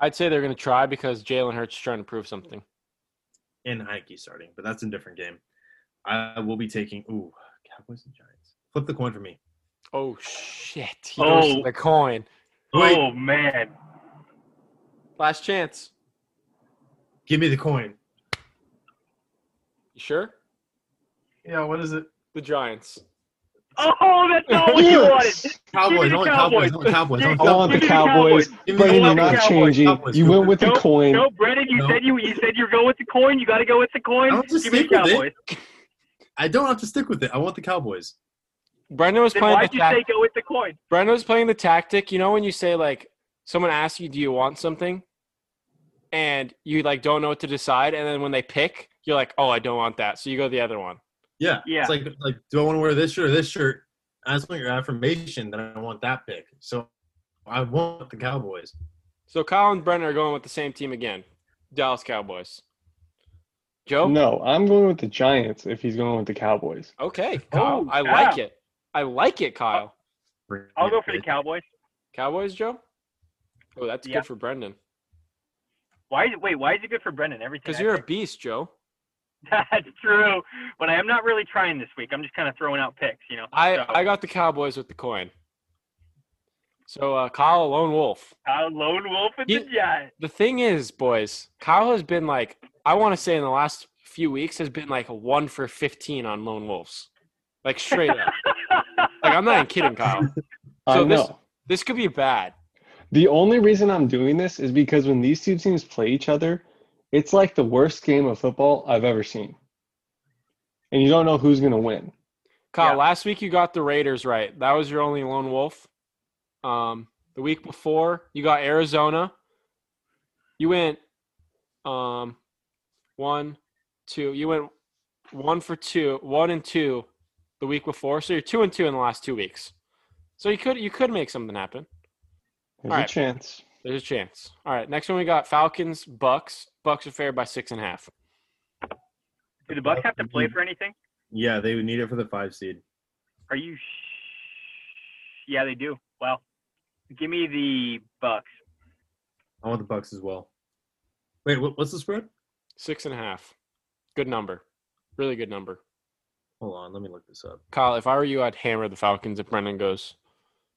Speaker 2: I'd say they're going to try because Jalen Hurts is trying to prove something.
Speaker 1: And Heineke starting, but that's a different game. I will be taking ooh Cowboys and Giants. Flip the coin for me.
Speaker 2: Oh, shit. He goes to
Speaker 4: Oh.
Speaker 2: the coin.
Speaker 1: Wait,
Speaker 4: Oh man.
Speaker 2: Last chance.
Speaker 1: give me the coin.
Speaker 2: You sure?
Speaker 1: Yeah, what is it?
Speaker 2: The Giants.
Speaker 4: Oh, that's not what you wanted.
Speaker 1: Cowboys,
Speaker 4: the
Speaker 1: only Cowboys,
Speaker 4: Cowboys.
Speaker 1: only Cowboys, only
Speaker 4: Give-
Speaker 3: I want the
Speaker 1: Cowboys.
Speaker 3: Cowboys.
Speaker 4: give me the
Speaker 1: Give me the
Speaker 3: Brandon, you're
Speaker 1: Cowboys.
Speaker 3: not changing.
Speaker 1: Cowboys.
Speaker 3: You went with the
Speaker 4: Nope,
Speaker 3: coin.
Speaker 4: No, Brennan, you
Speaker 1: No.
Speaker 4: said you you said you're going with the coin. You got to go with the coin.
Speaker 1: I'll just
Speaker 4: Give me the
Speaker 1: stick with it.
Speaker 4: Cowboys.
Speaker 1: I don't have to stick with it. I want the Cowboys.
Speaker 2: Brendan was
Speaker 4: Then
Speaker 2: playing
Speaker 4: why'd
Speaker 2: the
Speaker 4: you
Speaker 2: tac-
Speaker 4: say go with the coin?
Speaker 2: Brendan was playing the tactic. You know when you say like someone asks you, "Do you want something?" and you like don't know what to decide, and then when they pick, you're like, "Oh, I don't want that," so you go the other one.
Speaker 1: Yeah.
Speaker 4: Yeah.
Speaker 1: It's like like do I want to wear this shirt or this shirt? I just want your affirmation that I want that pick. So I want the Cowboys.
Speaker 2: So Kyle and Brendan are going with the same team again, Dallas Cowboys. Joe,
Speaker 3: No, I'm going with the Giants if he's going with the Cowboys.
Speaker 2: okay, Kyle,
Speaker 4: Oh,
Speaker 2: I
Speaker 4: yeah.
Speaker 2: like it. I like it, Kyle.
Speaker 4: I'll go for the Cowboys.
Speaker 2: Cowboys, Joe. Oh, that's
Speaker 4: Yeah.
Speaker 2: good for Brendan
Speaker 4: Why? is it- Wait, why is it good for Brennan? Everything.
Speaker 2: because
Speaker 4: I
Speaker 2: you're a
Speaker 4: say.
Speaker 2: beast, Joe.
Speaker 4: <laughs> That's true, but I am not really trying this week. I'm just kind of throwing out picks, you know.
Speaker 2: I
Speaker 4: So,
Speaker 2: I got the Cowboys with the coin. So uh, Kyle, lone wolf.
Speaker 4: Kyle lone wolf with
Speaker 2: You-
Speaker 4: the Giants.
Speaker 2: the thing is, boys, Kyle has been like I want to say in the last few weeks has been like one for fifteen on lone wolves, like straight up. Like I'm not even kidding, Kyle. So
Speaker 3: I know.
Speaker 2: this- This could be bad.
Speaker 3: The only reason I'm doing this is because when these two teams play each other, it's like the worst game of football I've ever seen. And you don't know who's going to win.
Speaker 2: Kyle,
Speaker 4: Yeah.
Speaker 2: last week you got the Raiders right. That was your only lone wolf. Um, the week before you got Arizona. You went, um, one, two. You went one for two, one and two, the week before. So you're two and two in the last two weeks. So you could you could make something happen.
Speaker 3: There's
Speaker 2: All right.
Speaker 3: a chance.
Speaker 2: There's a chance. All right, next one we got Falcons, Bucks. Bucks are favored by six and a half.
Speaker 4: <laughs> Do the Bucks have to play for anything?
Speaker 1: Yeah, they would need it for the five seed.
Speaker 4: Are you? Sh- yeah, they do. Well, give me the Bucks.
Speaker 1: I want the Bucks as well. Wait, what, what's the spread?
Speaker 2: Six and a half. Good number. Really good number.
Speaker 1: Hold on, let me look this up.
Speaker 2: Kyle, if I were you, I'd hammer the Falcons if Brendan goes.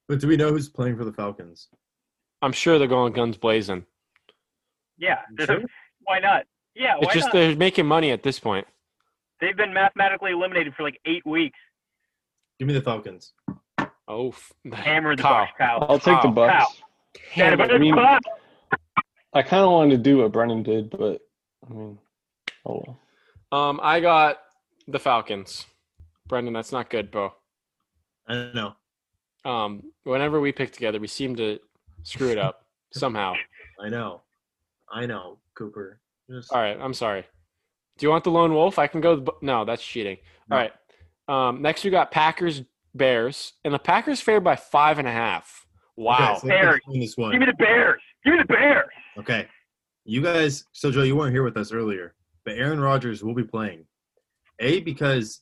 Speaker 1: But do we know who's playing for the Falcons?
Speaker 2: I'm sure they're going guns blazing.
Speaker 4: Yeah.
Speaker 1: You sure?
Speaker 4: why not? Yeah.
Speaker 2: It's
Speaker 4: why
Speaker 2: just
Speaker 4: not?
Speaker 2: they're making money at this point.
Speaker 4: They've been mathematically eliminated for like
Speaker 2: <sighs>
Speaker 4: eight weeks.
Speaker 1: Give me the Falcons.
Speaker 2: Oh, f- <laughs>
Speaker 4: Hammer the
Speaker 2: Kyle.
Speaker 4: Bucks, Kyle.
Speaker 3: I'll take the
Speaker 2: Wow.
Speaker 3: Bucks.
Speaker 4: Yeah,
Speaker 2: Hammer.
Speaker 4: but it's
Speaker 3: mean-
Speaker 4: Bucks.
Speaker 3: I kind of wanted to do what Brennan did, but I mean, oh well.
Speaker 2: Um, I got the Falcons. Brendan, that's not good, bro.
Speaker 1: I don't know.
Speaker 2: Um, whenever we pick together, we seem to screw it
Speaker 4: <laughs>
Speaker 2: up somehow.
Speaker 1: I know. I know, Cooper. Just-
Speaker 2: All right, I'm sorry. Do you want the lone wolf? I can go. The, Bu- no, that's cheating.
Speaker 1: No.
Speaker 2: All
Speaker 4: Mm.
Speaker 2: right. Um, next we got Packers Bears, and the Packers favored by five and a half. Wow.
Speaker 1: Okay, so
Speaker 4: Bears.
Speaker 1: let's win this one.
Speaker 4: Give me the Bears. Give me the Bears.
Speaker 1: Okay. You guys, so Joe, you weren't here with us earlier, but Aaron Rodgers will be playing. A, because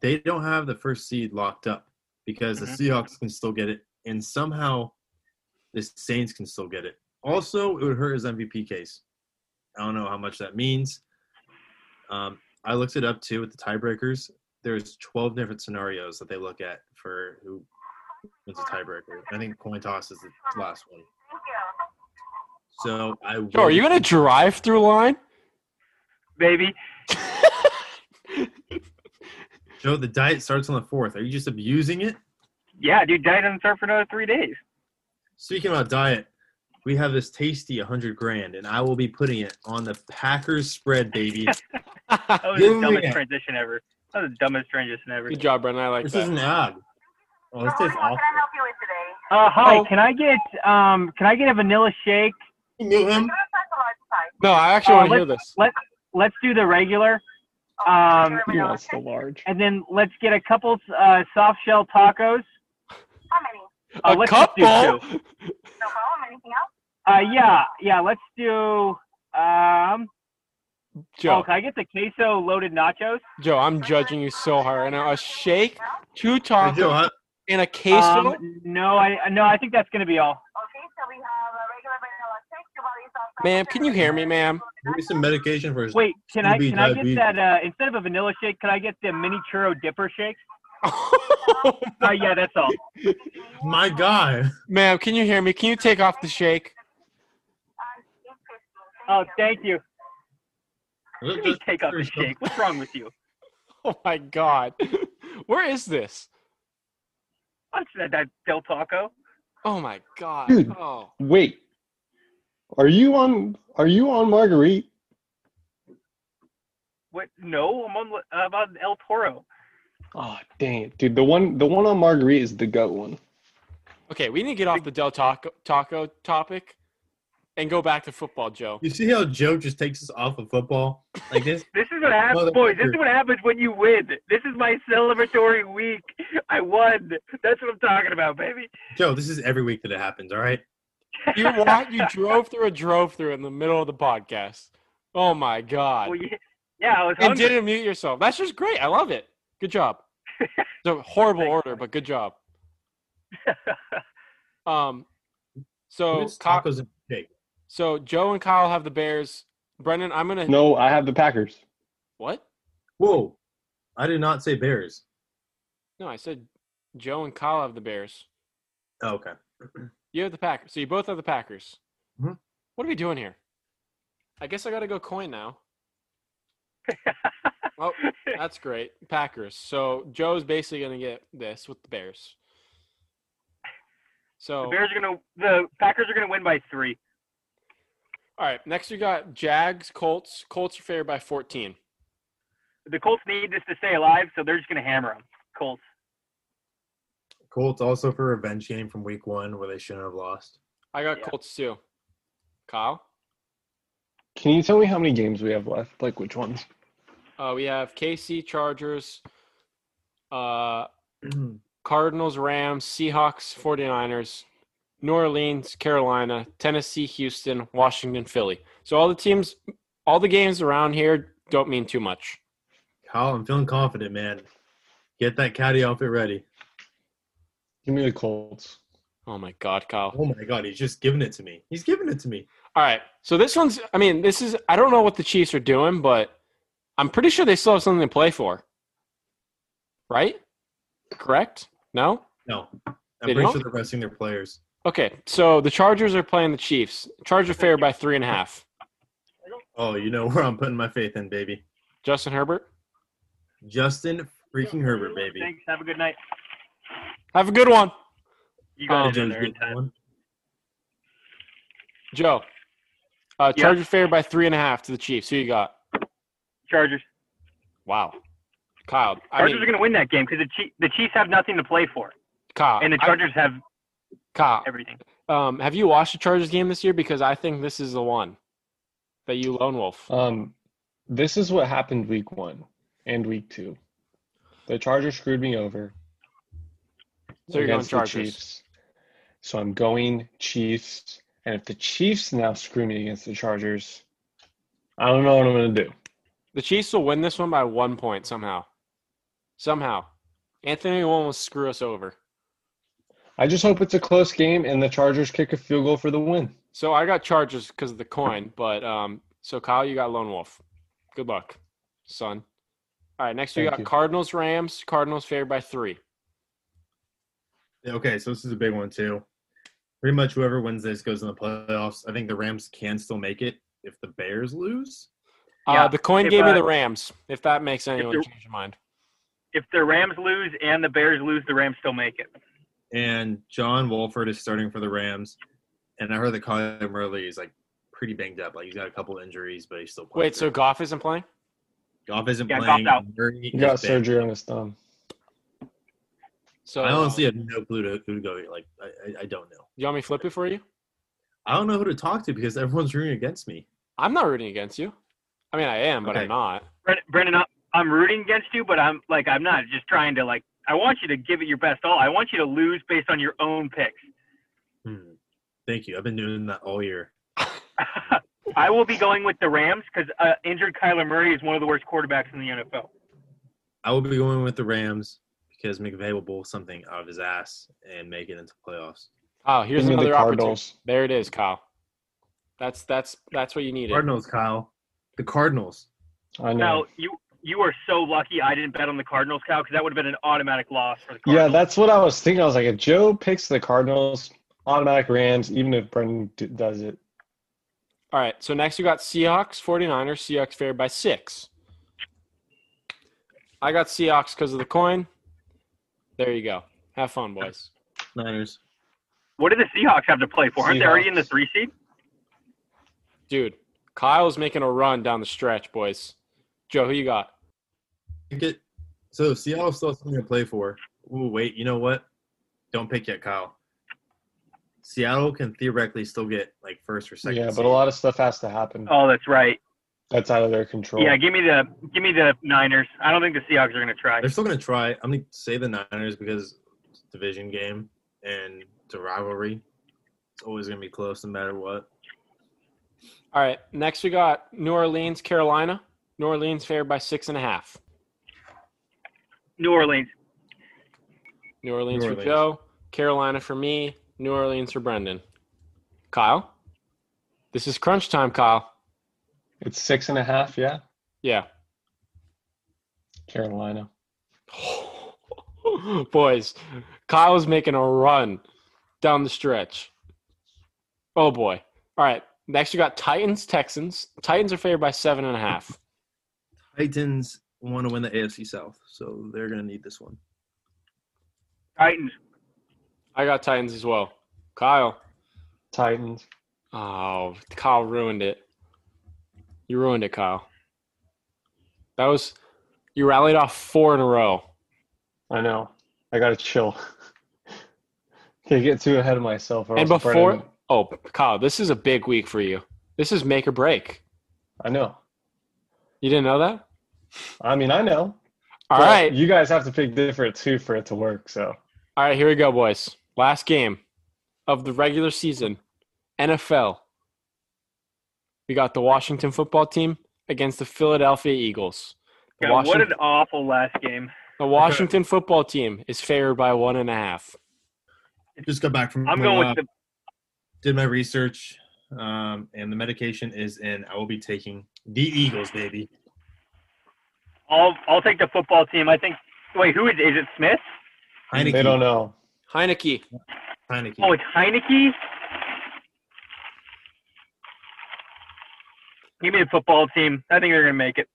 Speaker 1: they don't have the first seed locked up because
Speaker 4: Mhm.
Speaker 1: the Seahawks can still get it, and somehow the Saints can still get it. Also, it would hurt his MVP case. I don't know how much that means. Um, I looked it up too with the tiebreakers. there's 12 different scenarios that they look at for who wins a tiebreaker. I think coin toss is the last one. So I.
Speaker 2: Joe, are you in a drive-through line?
Speaker 4: baby.
Speaker 1: Joe, the diet starts on the fourth. Are you just abusing it?
Speaker 4: Yeah, dude, diet doesn't start for another three days.
Speaker 1: Speaking about diet, we have this tasty 100 grand, and I will be putting it on the Packers spread,
Speaker 2: <laughs>
Speaker 1: baby.
Speaker 4: That was
Speaker 1: Give
Speaker 4: the
Speaker 1: me
Speaker 4: dumbest
Speaker 1: that.
Speaker 4: transition ever. That was the dumbest transition ever.
Speaker 2: Good job, Brendan. I like
Speaker 1: this
Speaker 2: that.
Speaker 1: is an ad. Oh, this tastes awful.
Speaker 5: help you with today?
Speaker 4: Uh, hi,
Speaker 2: Oh.
Speaker 4: can I get um, can I get a vanilla shake?
Speaker 1: You knew him.
Speaker 5: Go to psychological side.
Speaker 2: no, I actually
Speaker 4: Uh,
Speaker 2: want to
Speaker 4: let-
Speaker 2: hear this.
Speaker 4: Let's do the regular, Um,
Speaker 5: Sure,
Speaker 3: He
Speaker 5: vanilla
Speaker 3: wants the
Speaker 5: shake.
Speaker 3: large.
Speaker 4: and then let's get a couple uh, soft shell tacos.
Speaker 5: How many?
Speaker 4: Uh,
Speaker 2: a
Speaker 4: let's just do
Speaker 2: couple.
Speaker 4: two.
Speaker 5: No problem. Anything else?
Speaker 4: Uh, yeah, yeah. Let's do. Um,
Speaker 2: Joe,
Speaker 4: Oh, can I get the queso loaded nachos?
Speaker 2: Joe, I'm judging you so hard. And a shake,
Speaker 5: No?
Speaker 2: two
Speaker 1: Hey, Joe,
Speaker 2: tacos,
Speaker 1: I-
Speaker 2: and a queso.
Speaker 4: Um, no, I no, I think that's gonna be all.
Speaker 5: Okay, so we have a regular vanilla shake. your body's all set.
Speaker 2: ma'am, can you hear me, ma'am?
Speaker 1: give me some medication for his.
Speaker 4: Wait, can I
Speaker 1: Maybe
Speaker 4: can I
Speaker 1: diabetes.
Speaker 4: get that uh, instead of a vanilla shake? Can I get the mini churro dipper shake? Uh, yeah, that's all.
Speaker 1: My God.
Speaker 2: <laughs> ma'am, can you hear me? Can you take off the shake? <laughs>
Speaker 4: Oh, thank you.
Speaker 1: Look
Speaker 4: Let
Speaker 1: at
Speaker 4: me
Speaker 1: this
Speaker 4: take off the
Speaker 1: Packers
Speaker 4: shake. What's wrong with you?
Speaker 2: Oh my God, where is this?
Speaker 4: What's that, that Del Taco?
Speaker 2: Oh my God.
Speaker 3: Dude.
Speaker 2: Oh,
Speaker 3: Wait, are you on? Are you on Marguerite?
Speaker 4: What? No, I'm on li- uh, about El Toro.
Speaker 3: Oh dang it, dude! The one, the one on Marguerite is the goat one.
Speaker 2: okay. We need to get off the Del Taco Taco topic and go back to football, Joe.
Speaker 1: You see how Joe just takes us off of football like this?
Speaker 4: This is what happens, boys. This is
Speaker 1: Motherfucker.
Speaker 4: what happens when you win. This is my celebratory week. I won. That's what I'm talking about, baby.
Speaker 1: Joe, this is every week that it happens. All right.
Speaker 2: You walked, you drove through a drove through in the middle of the podcast. Oh my God.
Speaker 4: Well, yeah, yeah, I was
Speaker 2: and
Speaker 4: <laughs> hungry.
Speaker 2: didn't mute yourself. That's just great. I love it. Good job. It's a horrible
Speaker 4: Thanks,
Speaker 2: order, but good job. Um, so
Speaker 1: It's
Speaker 2: Ky-
Speaker 1: tacos and shake.
Speaker 2: so Joe and Kyle have the Bears. Brendan, I'm gonna
Speaker 3: No, I have the Packers.
Speaker 2: what?
Speaker 1: Whoa. I did not say Bears.
Speaker 2: No, I said Joe and Kyle have the Bears.
Speaker 1: Oh, okay.
Speaker 2: You have the Packers. So you both have the Packers.
Speaker 1: Mhm.
Speaker 2: What are we doing here? I guess I gotta go coin now. oh, that's great. Packers. So Joe's basically gonna get this with the Bears. So Oh.
Speaker 4: The Bears are gonna. The Packers are gonna win by three.
Speaker 2: All right. Next, we got Jags, Colts. Colts are favored by 14.
Speaker 4: The Colts need this to stay alive, so they're just gonna hammer them. Colts.
Speaker 1: Colts also for a revenge game from week one where they shouldn't have lost. <clears throat>
Speaker 2: I got
Speaker 4: Yeah.
Speaker 2: Colts too. Kyle,
Speaker 3: Can you tell me how many games we have left? Like which ones?
Speaker 2: uh, we have KC, Chargers, uh,
Speaker 1: New
Speaker 2: Cardinals, Rams, Seahawks, 49ers, New Orleans, Carolina, Tennessee, Houston, Washington, Philly. So all the teams, all the games around here don't mean too much.
Speaker 1: Kyle, I'm feeling confident, man. Get that caddy outfit ready.
Speaker 3: Give me the Colts.
Speaker 2: Oh my God, Kyle.
Speaker 1: Oh my god, he's just giving it to me. He's giving it to me.
Speaker 2: All right. So this one's, I mean, this is, I don't know what the Chiefs are doing, but I'm pretty sure they still have something to play for. Right? Correct? No?
Speaker 1: No. I'm
Speaker 2: They
Speaker 1: pretty
Speaker 2: don't?
Speaker 1: sure they're resting their players.
Speaker 2: Okay. So the Chargers are playing the Chiefs. Charger fair by three and a half.
Speaker 1: Oh, you know <laughs> where I'm putting my faith in, baby.
Speaker 2: Justin Herbert,
Speaker 1: Justin freaking Herbert, baby.
Speaker 4: Thanks. Have a good night.
Speaker 2: have a good one.
Speaker 4: You got
Speaker 2: Um,
Speaker 4: it in there in time.
Speaker 2: Joe, uh,
Speaker 4: Yeah.
Speaker 2: Charger fair by three and a half to the Chiefs. Who you got?
Speaker 4: Chargers.
Speaker 2: Wow. Kyle. I
Speaker 4: Chargers
Speaker 2: mean,
Speaker 4: are going to win that game because the, Chief, the Chiefs have nothing to play for,
Speaker 2: Kyle.
Speaker 4: and the
Speaker 2: I-
Speaker 4: Chargers have
Speaker 2: Kyle,
Speaker 4: everything.
Speaker 2: um, have you watched the Chargers game this year? Because I think this is the one that you lone wolf.
Speaker 3: Um, this is what happened week one and week two. The Chargers screwed me over
Speaker 2: So you're going
Speaker 3: against the
Speaker 2: Chargers.
Speaker 3: Chiefs. So I'm going Chiefs. And if the Chiefs now screw me against the Chargers, I don't know what I'm going to do.
Speaker 2: The Chiefs will win this one by one point somehow. Somehow. Anthony will screw us over.
Speaker 3: I just hope it's a close game and the Chargers kick a field goal for the win.
Speaker 2: So I got Chargers because of the coin, but um so Kyle, you got Lone Wolf. Good luck, son. All right, next we
Speaker 3: Thank
Speaker 2: got
Speaker 3: you.
Speaker 2: Cardinals Rams. Cardinals favored by three.
Speaker 1: Yeah, Okay, so this is a big one too. Pretty much whoever wins this goes in the playoffs. I think the Rams can still make it if the Bears lose.
Speaker 2: Uh,
Speaker 4: Yeah,
Speaker 2: the coin
Speaker 4: if,
Speaker 2: gave me
Speaker 4: uh,
Speaker 2: the Rams. If that makes anyone
Speaker 4: the-
Speaker 2: change their mind.
Speaker 4: If the Rams lose and the Bears lose, the Rams still make it.
Speaker 1: And John Wolford is starting for the Rams. And I heard that Colin Murley is like pretty banged up. Like he's got a couple injuries, but he's still playing.
Speaker 2: Wait, so Goff isn't playing?
Speaker 1: Goff isn't
Speaker 4: Yeah,
Speaker 1: playing.
Speaker 4: Goff's out.
Speaker 1: Murray
Speaker 3: He got
Speaker 1: is banged.
Speaker 3: surgery on his thumb.
Speaker 2: So um,
Speaker 1: I honestly have no clue to who to go. Like I, I, I don't know.
Speaker 2: You want me to flip it for you?
Speaker 1: I don't know who to talk to because everyone's rooting against me.
Speaker 2: I'm not rooting against you. I mean, I am, but
Speaker 1: Okay.
Speaker 2: I'm not.
Speaker 4: Brendan, Brendan, I- I'm rooting against you, but I'm like I'm not just trying to like. I want you to give it your best all. I want you to lose based on your own picks.
Speaker 1: Hmm. Thank you. I've been doing that all year.
Speaker 4: <laughs> I will be going with the Rams because uh, injured Kyler Murray is one of the worst quarterbacks in the NFL.
Speaker 1: I will be going with the Rams because McVay will pull something out of his ass and make it into playoffs.
Speaker 2: Oh, here's
Speaker 3: Give me
Speaker 2: another
Speaker 3: the
Speaker 2: opportunity.
Speaker 3: Cardinals.
Speaker 2: There it is, Kyle. That's that's that's what you needed.
Speaker 1: Cardinals, Kyle. The Cardinals.
Speaker 3: I know.
Speaker 4: Now you you are so lucky I didn't bet on the Cardinals, Kyle, because that would have been an automatic loss for the
Speaker 3: yeah,
Speaker 4: Cardinals.
Speaker 3: that's what I was thinking. I was like, if Joe picks the Cardinals, automatic Rams, even if Brendan d- does it.
Speaker 2: All right, so next we got Seahawks 49ers. Seahawks favored by six. I got Seahawks because of the coin. There you go. Have fun, boys.
Speaker 1: Niners.
Speaker 4: What do the Seahawks have to play for? Aren't they already in the
Speaker 3: Seahawks.
Speaker 4: three seed?
Speaker 2: Dude, Kyle's making a run down the stretch, boys. Joe, who you got?
Speaker 1: Pick it. So if Seattle still has something to play for. Ooh, wait. You know what? Don't pick yet, Kyle. Seattle can theoretically still get like first or second.
Speaker 3: yeah, but
Speaker 1: seed.
Speaker 3: a lot of stuff has to happen.
Speaker 4: Oh, that's right.
Speaker 3: That's out of their control.
Speaker 4: Yeah, give me the give me the Niners. I don't think the Seahawks are going to try.
Speaker 1: they're still going to try. I'm going to say the Niners because it's a division game and it's a rivalry. It's always going to be close no matter what.
Speaker 2: All right, next we got New Orleans, Carolina. New Orleans favored by six and a half.
Speaker 4: New Orleans.
Speaker 2: New Orleans,
Speaker 1: New
Speaker 2: for
Speaker 1: Orleans.
Speaker 2: Joe, Carolina for me, New Orleans for Brendan. Kyle, this is crunch time, Kyle.
Speaker 3: It's six and a half, yeah.
Speaker 2: Yeah.
Speaker 3: Carolina.
Speaker 2: <laughs> Boys, Kyle's making a run down the stretch. Oh boy. All right. Next we got Titans, Texans. Titans are favored by seven and a half.
Speaker 1: Titans want to win the AFC South, so they're going to need this one.
Speaker 4: Titans.
Speaker 2: I got Titans as well. Kyle.
Speaker 3: Titans.
Speaker 2: Oh, Kyle ruined it. You ruined it, Kyle. That was you rallied off four in a row.
Speaker 3: I know. I gotta chill. <laughs> Can't get too ahead of myself. Or
Speaker 2: And
Speaker 3: else
Speaker 2: before-
Speaker 3: Brendan-
Speaker 2: Oh, Kyle, this is a big week for you. This is make or break.
Speaker 3: I know.
Speaker 2: You didn't know that?
Speaker 3: I mean, I know.
Speaker 2: All
Speaker 3: but
Speaker 2: right.
Speaker 3: You guys have to pick different too for it to work. So
Speaker 2: All right, here we go, boys. Last game of the regular season, NFL. We got the Washington football team against the Philadelphia Eagles. The,
Speaker 4: God, what
Speaker 2: Washington,
Speaker 4: an awful last game.
Speaker 2: the Washington football team is favored by one and a half.
Speaker 1: Just got back from
Speaker 4: I'm
Speaker 1: my
Speaker 4: going
Speaker 1: lab,
Speaker 4: with the
Speaker 1: did my research, um, and the medication is in. I will be taking the Eagles, baby.
Speaker 4: I'll I'll take the football team. I think. Wait, who is is it? Smith?
Speaker 1: Heineke,
Speaker 3: they don't know.
Speaker 2: Heineke.
Speaker 1: Heineke.
Speaker 4: Oh, it's Heineke. Give me the football team. I think they're going to make it.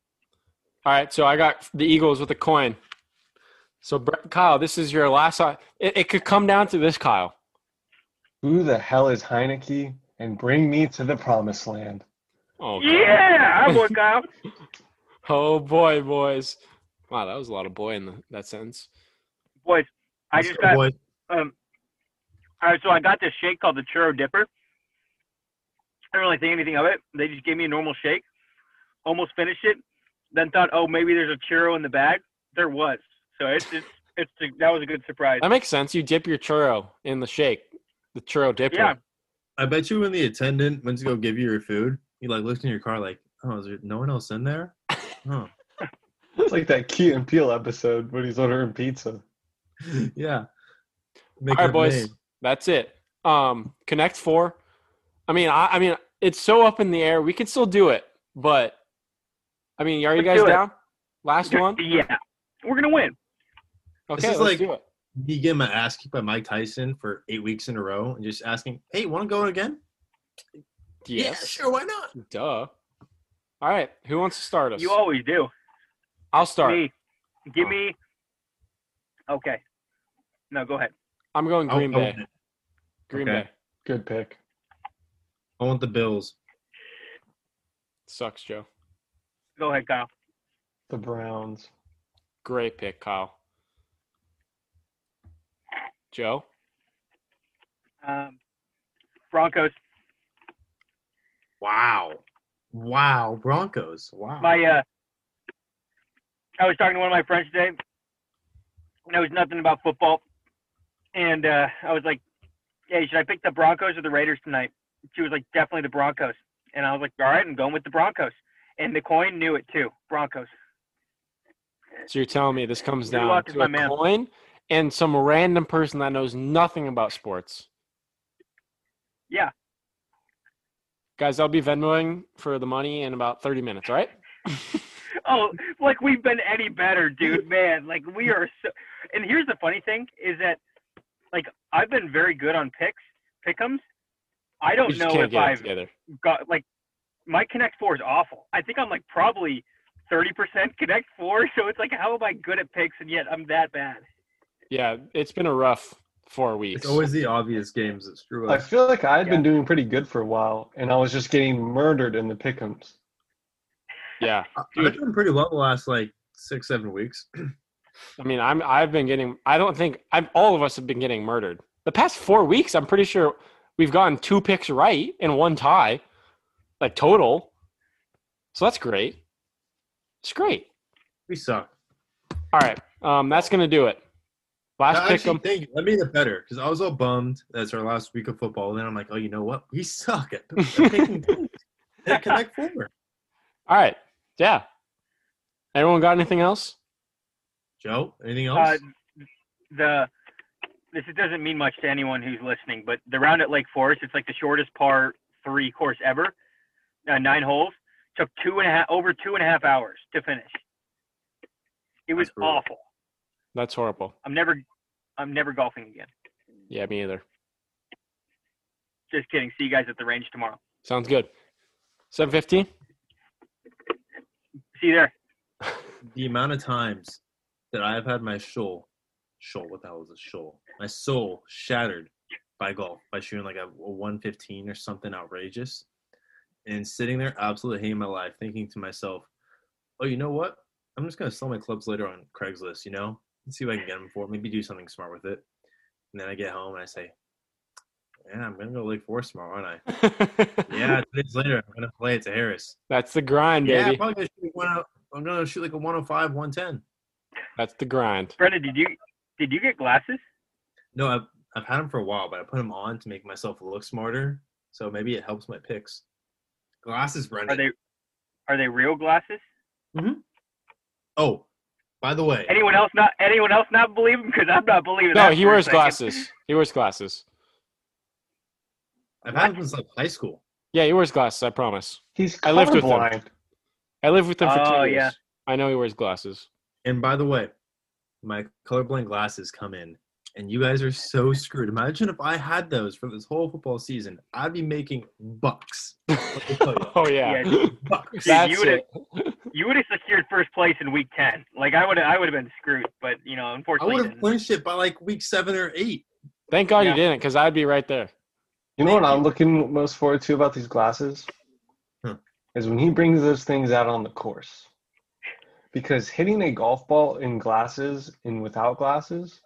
Speaker 2: All right, so I got the Eagles with a coin. So, Bre- Kyle, this is your last. It, it could come down to this, Kyle.
Speaker 3: Who the hell is Heineke? And bring me to the promised land.
Speaker 2: Oh, God.
Speaker 4: Yeah, I work out.
Speaker 2: oh boy, boys. Wow, that was a lot of boy in the, that sentence.
Speaker 4: Boys, I
Speaker 1: Let's
Speaker 4: just
Speaker 1: go,
Speaker 4: got
Speaker 1: boys.
Speaker 4: um. All right, so I got this shake called the Churro Dipper. I didn't really think anything of it. They just gave me a normal shake. Almost finished it, then thought, oh, maybe there's a churro in the bag. There was. So it's it's, it's that was a good surprise.
Speaker 2: That makes sense. You dip your churro in the shake, the churro dipper.
Speaker 4: Yeah.
Speaker 1: I bet you when the attendant went to go give you your food, you like looked in your car like, oh, is there no one else in there? Huh. <laughs>
Speaker 3: It's like that Key and Peele episode when he's ordering pizza.
Speaker 1: yeah.
Speaker 2: All
Speaker 1: Make
Speaker 2: right,
Speaker 1: up
Speaker 2: boys.
Speaker 1: name.
Speaker 2: That's it. Um, Connect Four. I mean, I, I mean, it's so up in the air. We could still do it, but I mean, are you
Speaker 4: Let's
Speaker 2: guys
Speaker 4: do it.
Speaker 2: down? Last one.
Speaker 4: Yeah, we're gonna win.
Speaker 2: Okay,
Speaker 1: This is
Speaker 2: let's
Speaker 1: like-
Speaker 2: do it.
Speaker 1: You get my ass kicked by Mike Tyson for eight weeks in a row, and just asking, "Hey, want to go again?" Yeah,
Speaker 2: Yes.
Speaker 1: sure, why not?
Speaker 2: Duh. All right. Who wants to start us?
Speaker 4: You always do.
Speaker 2: I'll start.
Speaker 4: Me, give
Speaker 2: Oh.
Speaker 4: me. Okay. No, go ahead.
Speaker 2: I'm going
Speaker 1: I-
Speaker 2: Green
Speaker 1: I,
Speaker 2: Bay.
Speaker 1: want it.
Speaker 2: Green
Speaker 1: okay.
Speaker 2: Bay.
Speaker 3: Good pick.
Speaker 1: I want the Bills.
Speaker 2: Sucks, Joe.
Speaker 4: Go ahead, Kyle.
Speaker 3: The Browns.
Speaker 2: Great pick, Kyle. Joe.
Speaker 4: Um, Broncos.
Speaker 1: Wow, wow, Broncos. Wow.
Speaker 4: My uh, I was talking to one of my friends today. Knows nothing about football, and uh, I was like, "Hey, should I pick the Broncos or the Raiders tonight?" She was like, "Definitely the Broncos," and I was like, "All right, I'm going with the Broncos." And the coin knew it too. Broncos.
Speaker 2: So you're telling me this comes
Speaker 4: Good
Speaker 2: down
Speaker 4: luck,
Speaker 2: to
Speaker 4: my
Speaker 2: a
Speaker 4: man.
Speaker 2: coin and some random person that knows nothing about sports.
Speaker 4: Yeah.
Speaker 2: Guys, I'll be Venmoing for the money in about 30 minutes, all
Speaker 4: <laughs>
Speaker 2: right?
Speaker 4: Oh, like we've been any better, dude, man. Like we are so. And here's the funny thing is that, like, I've been very good on picks, pickums. I
Speaker 2: We
Speaker 4: don't
Speaker 2: just
Speaker 4: know
Speaker 2: can't
Speaker 4: if
Speaker 2: get it
Speaker 4: I've
Speaker 2: together.
Speaker 4: got like my Connect Four is awful. I think I'm like probably thirty percent Connect Four, <laughs> so it's like how am I good at picks and yet I'm that bad?
Speaker 2: Yeah, it's been a rough four weeks.
Speaker 1: it's always the obvious games that screw
Speaker 3: I
Speaker 1: us.
Speaker 3: feel like I had been
Speaker 4: Yeah.
Speaker 3: doing pretty good for a while, and I was just getting murdered in the pickums.
Speaker 2: yeah.
Speaker 1: I-
Speaker 2: dude.
Speaker 1: I've been pretty low the last like six, seven weeks. <clears throat>
Speaker 2: I mean, I'm I've been getting. I don't think I'm. All of us have been getting murdered. The past four weeks, I'm pretty sure we've gotten two picks right and one tie, like total. So that's great. It's great.
Speaker 1: We suck.
Speaker 2: All right, um, that's gonna do it. Last
Speaker 1: I
Speaker 2: pick
Speaker 1: actually
Speaker 2: 'em.
Speaker 1: think that made it better because I was all bummed. That's our last week of football. Then I'm like, oh, you know what? We suck at, at picking teams. At Connect Four.
Speaker 2: All right, yeah. Everyone got anything else?
Speaker 1: Joe, anything
Speaker 4: Uh,
Speaker 1: else?
Speaker 4: the this doesn't mean much to anyone who's listening, but the round at Lake Forest, it's like the shortest par three course ever, uh, nine holes. Took two and a half over two and a half hours to finish. It was
Speaker 1: That's brutal.
Speaker 4: awful.
Speaker 2: That's horrible.
Speaker 4: I'm never, I'm never golfing again.
Speaker 2: Yeah, me either.
Speaker 4: Just kidding. See you guys at the range tomorrow.
Speaker 2: Sounds good. Seven fifteen. <laughs>
Speaker 4: See you there.
Speaker 1: the amount of times that I've had my soul, soul, what the hell is a soul? My soul shattered by golf by shooting like a, a 115 or something outrageous, and sitting there absolutely hating my life, thinking to myself, "Oh, you know what? I'm just gonna sell my clubs later on Craigslist. You know, and see what I can get them for. Maybe do something smart with it." And then I get home and I say, "Yeah, I'm gonna go to Lake Forest tomorrow, aren't I?" yeah, two days later, I'm gonna play it to Harris.
Speaker 2: That's the grind,
Speaker 1: Yeah,
Speaker 2: baby.
Speaker 1: I'm probably gonna shoot one. I'm gonna shoot like a 105, 110.
Speaker 2: That's the grind.
Speaker 4: Brenda, did you did you get glasses?
Speaker 1: No, I've I've had them for a while, but I put them on to make myself look smarter. So maybe it helps my picks. Glasses,
Speaker 4: Are
Speaker 1: Brendan.
Speaker 4: they are they real glasses?
Speaker 1: oh, by the way,
Speaker 4: Anyone else not anyone else not believe him? Because I'm not believing.
Speaker 2: No,
Speaker 4: that
Speaker 2: he
Speaker 4: for a
Speaker 2: wears
Speaker 4: second.
Speaker 2: glasses. He wears glasses.
Speaker 1: I've had them since like high school.
Speaker 2: Yeah, he wears glasses. I promise.
Speaker 3: He's
Speaker 2: I lived with him.
Speaker 3: colorblind.
Speaker 2: I lived with him for two
Speaker 4: Oh,
Speaker 2: years.
Speaker 4: yeah.
Speaker 2: I know he wears glasses.
Speaker 4: <laughs>
Speaker 1: And by the way, my colorblind glasses come in, and you guys are so screwed. Imagine if I had those for this whole football season, I'd be making bucks. me tell
Speaker 2: <laughs>
Speaker 1: you.
Speaker 2: oh yeah,
Speaker 1: Bucks.
Speaker 2: that's
Speaker 4: you would've-
Speaker 2: it.
Speaker 4: You would have secured first place in week ten. Like I would I would have been screwed, but you know,
Speaker 1: I
Speaker 4: unfortunately,
Speaker 1: would
Speaker 4: you
Speaker 1: have
Speaker 4: didn't.
Speaker 1: clinched it by like week seven or eight.
Speaker 2: Thank God
Speaker 4: Yeah.
Speaker 2: you didn't, because I'd be right there.
Speaker 3: You know what I'm looking most forward to about these glasses?
Speaker 1: Hmm.
Speaker 3: Is when he brings those things out on the course. Because hitting a golf ball in glasses and without glasses,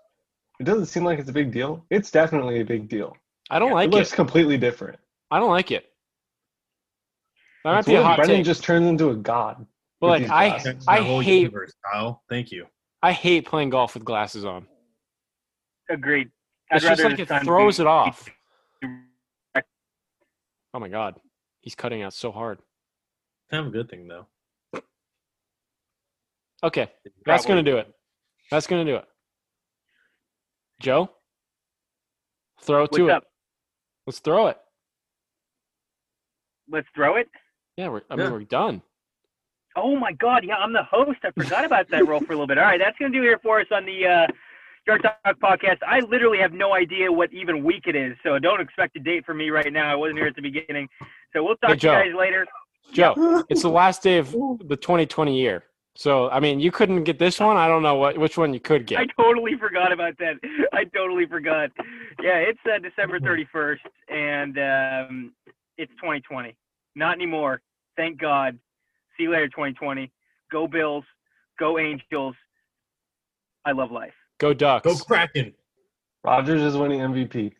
Speaker 3: it doesn't seem like it's a big deal. It's definitely a big deal.
Speaker 2: I don't like
Speaker 3: it looks
Speaker 2: it.
Speaker 3: completely different.
Speaker 2: I don't like it. That might
Speaker 3: It's
Speaker 2: be a
Speaker 3: what if
Speaker 2: hot
Speaker 3: Brendan
Speaker 2: take.
Speaker 3: just turns into a god.
Speaker 2: but like
Speaker 3: these
Speaker 2: I,
Speaker 3: glasses.
Speaker 2: I
Speaker 1: My whole
Speaker 2: hate,
Speaker 1: universe, Kyle. Thank you.
Speaker 2: I hate playing golf with glasses on.
Speaker 4: agreed. I'd
Speaker 2: It's just
Speaker 4: rather
Speaker 2: like
Speaker 4: this
Speaker 2: it
Speaker 4: time
Speaker 2: throws
Speaker 4: be-
Speaker 2: it off. Oh my God, he's cutting out so hard.
Speaker 1: Kind of a good thing though.
Speaker 2: Okay, that's gonna
Speaker 4: Probably.
Speaker 2: do it. That's gonna do it. Joe, throw
Speaker 4: What's
Speaker 2: to it.
Speaker 4: up?
Speaker 2: Let's throw it.
Speaker 4: Let's throw it.
Speaker 2: Yeah, we're, I mean
Speaker 1: Yeah.
Speaker 4: <laughs>
Speaker 2: we're done.
Speaker 4: Oh my God! Yeah, I'm the host. I forgot about that role for a little bit. All right, that's gonna do here for us on the uh, Yard Talk podcast. I literally have no idea what even week it is, so don't expect a date from me right now. I wasn't here at the beginning, so we'll talk
Speaker 2: Hey,
Speaker 4: to you
Speaker 2: Joe.
Speaker 4: guys later.
Speaker 2: Joe, it's the last day of the 2020 year. So, I mean, you couldn't get this one. I don't know what which one you could
Speaker 4: <laughs> I
Speaker 2: get.
Speaker 4: totally forgot about that. I totally forgot. Yeah, it's uh, December 31st, and um, it's 2020. Not anymore. Thank God. See you later, 2020. Go Bills. Go Angels. I love life.
Speaker 2: Go Ducks.
Speaker 1: Go Kraken.
Speaker 3: Rodgers is winning MVP.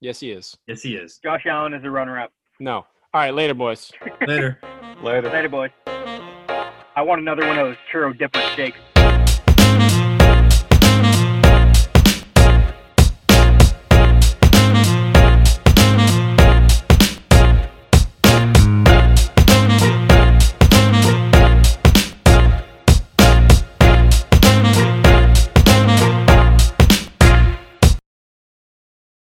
Speaker 2: Yes, he is.
Speaker 1: Yes, he is.
Speaker 4: Josh Allen is a runner-up.
Speaker 2: No. All right, later, boys.
Speaker 1: Later.
Speaker 3: Later.
Speaker 4: Later, boys. I want another one of those churro dipper shakes.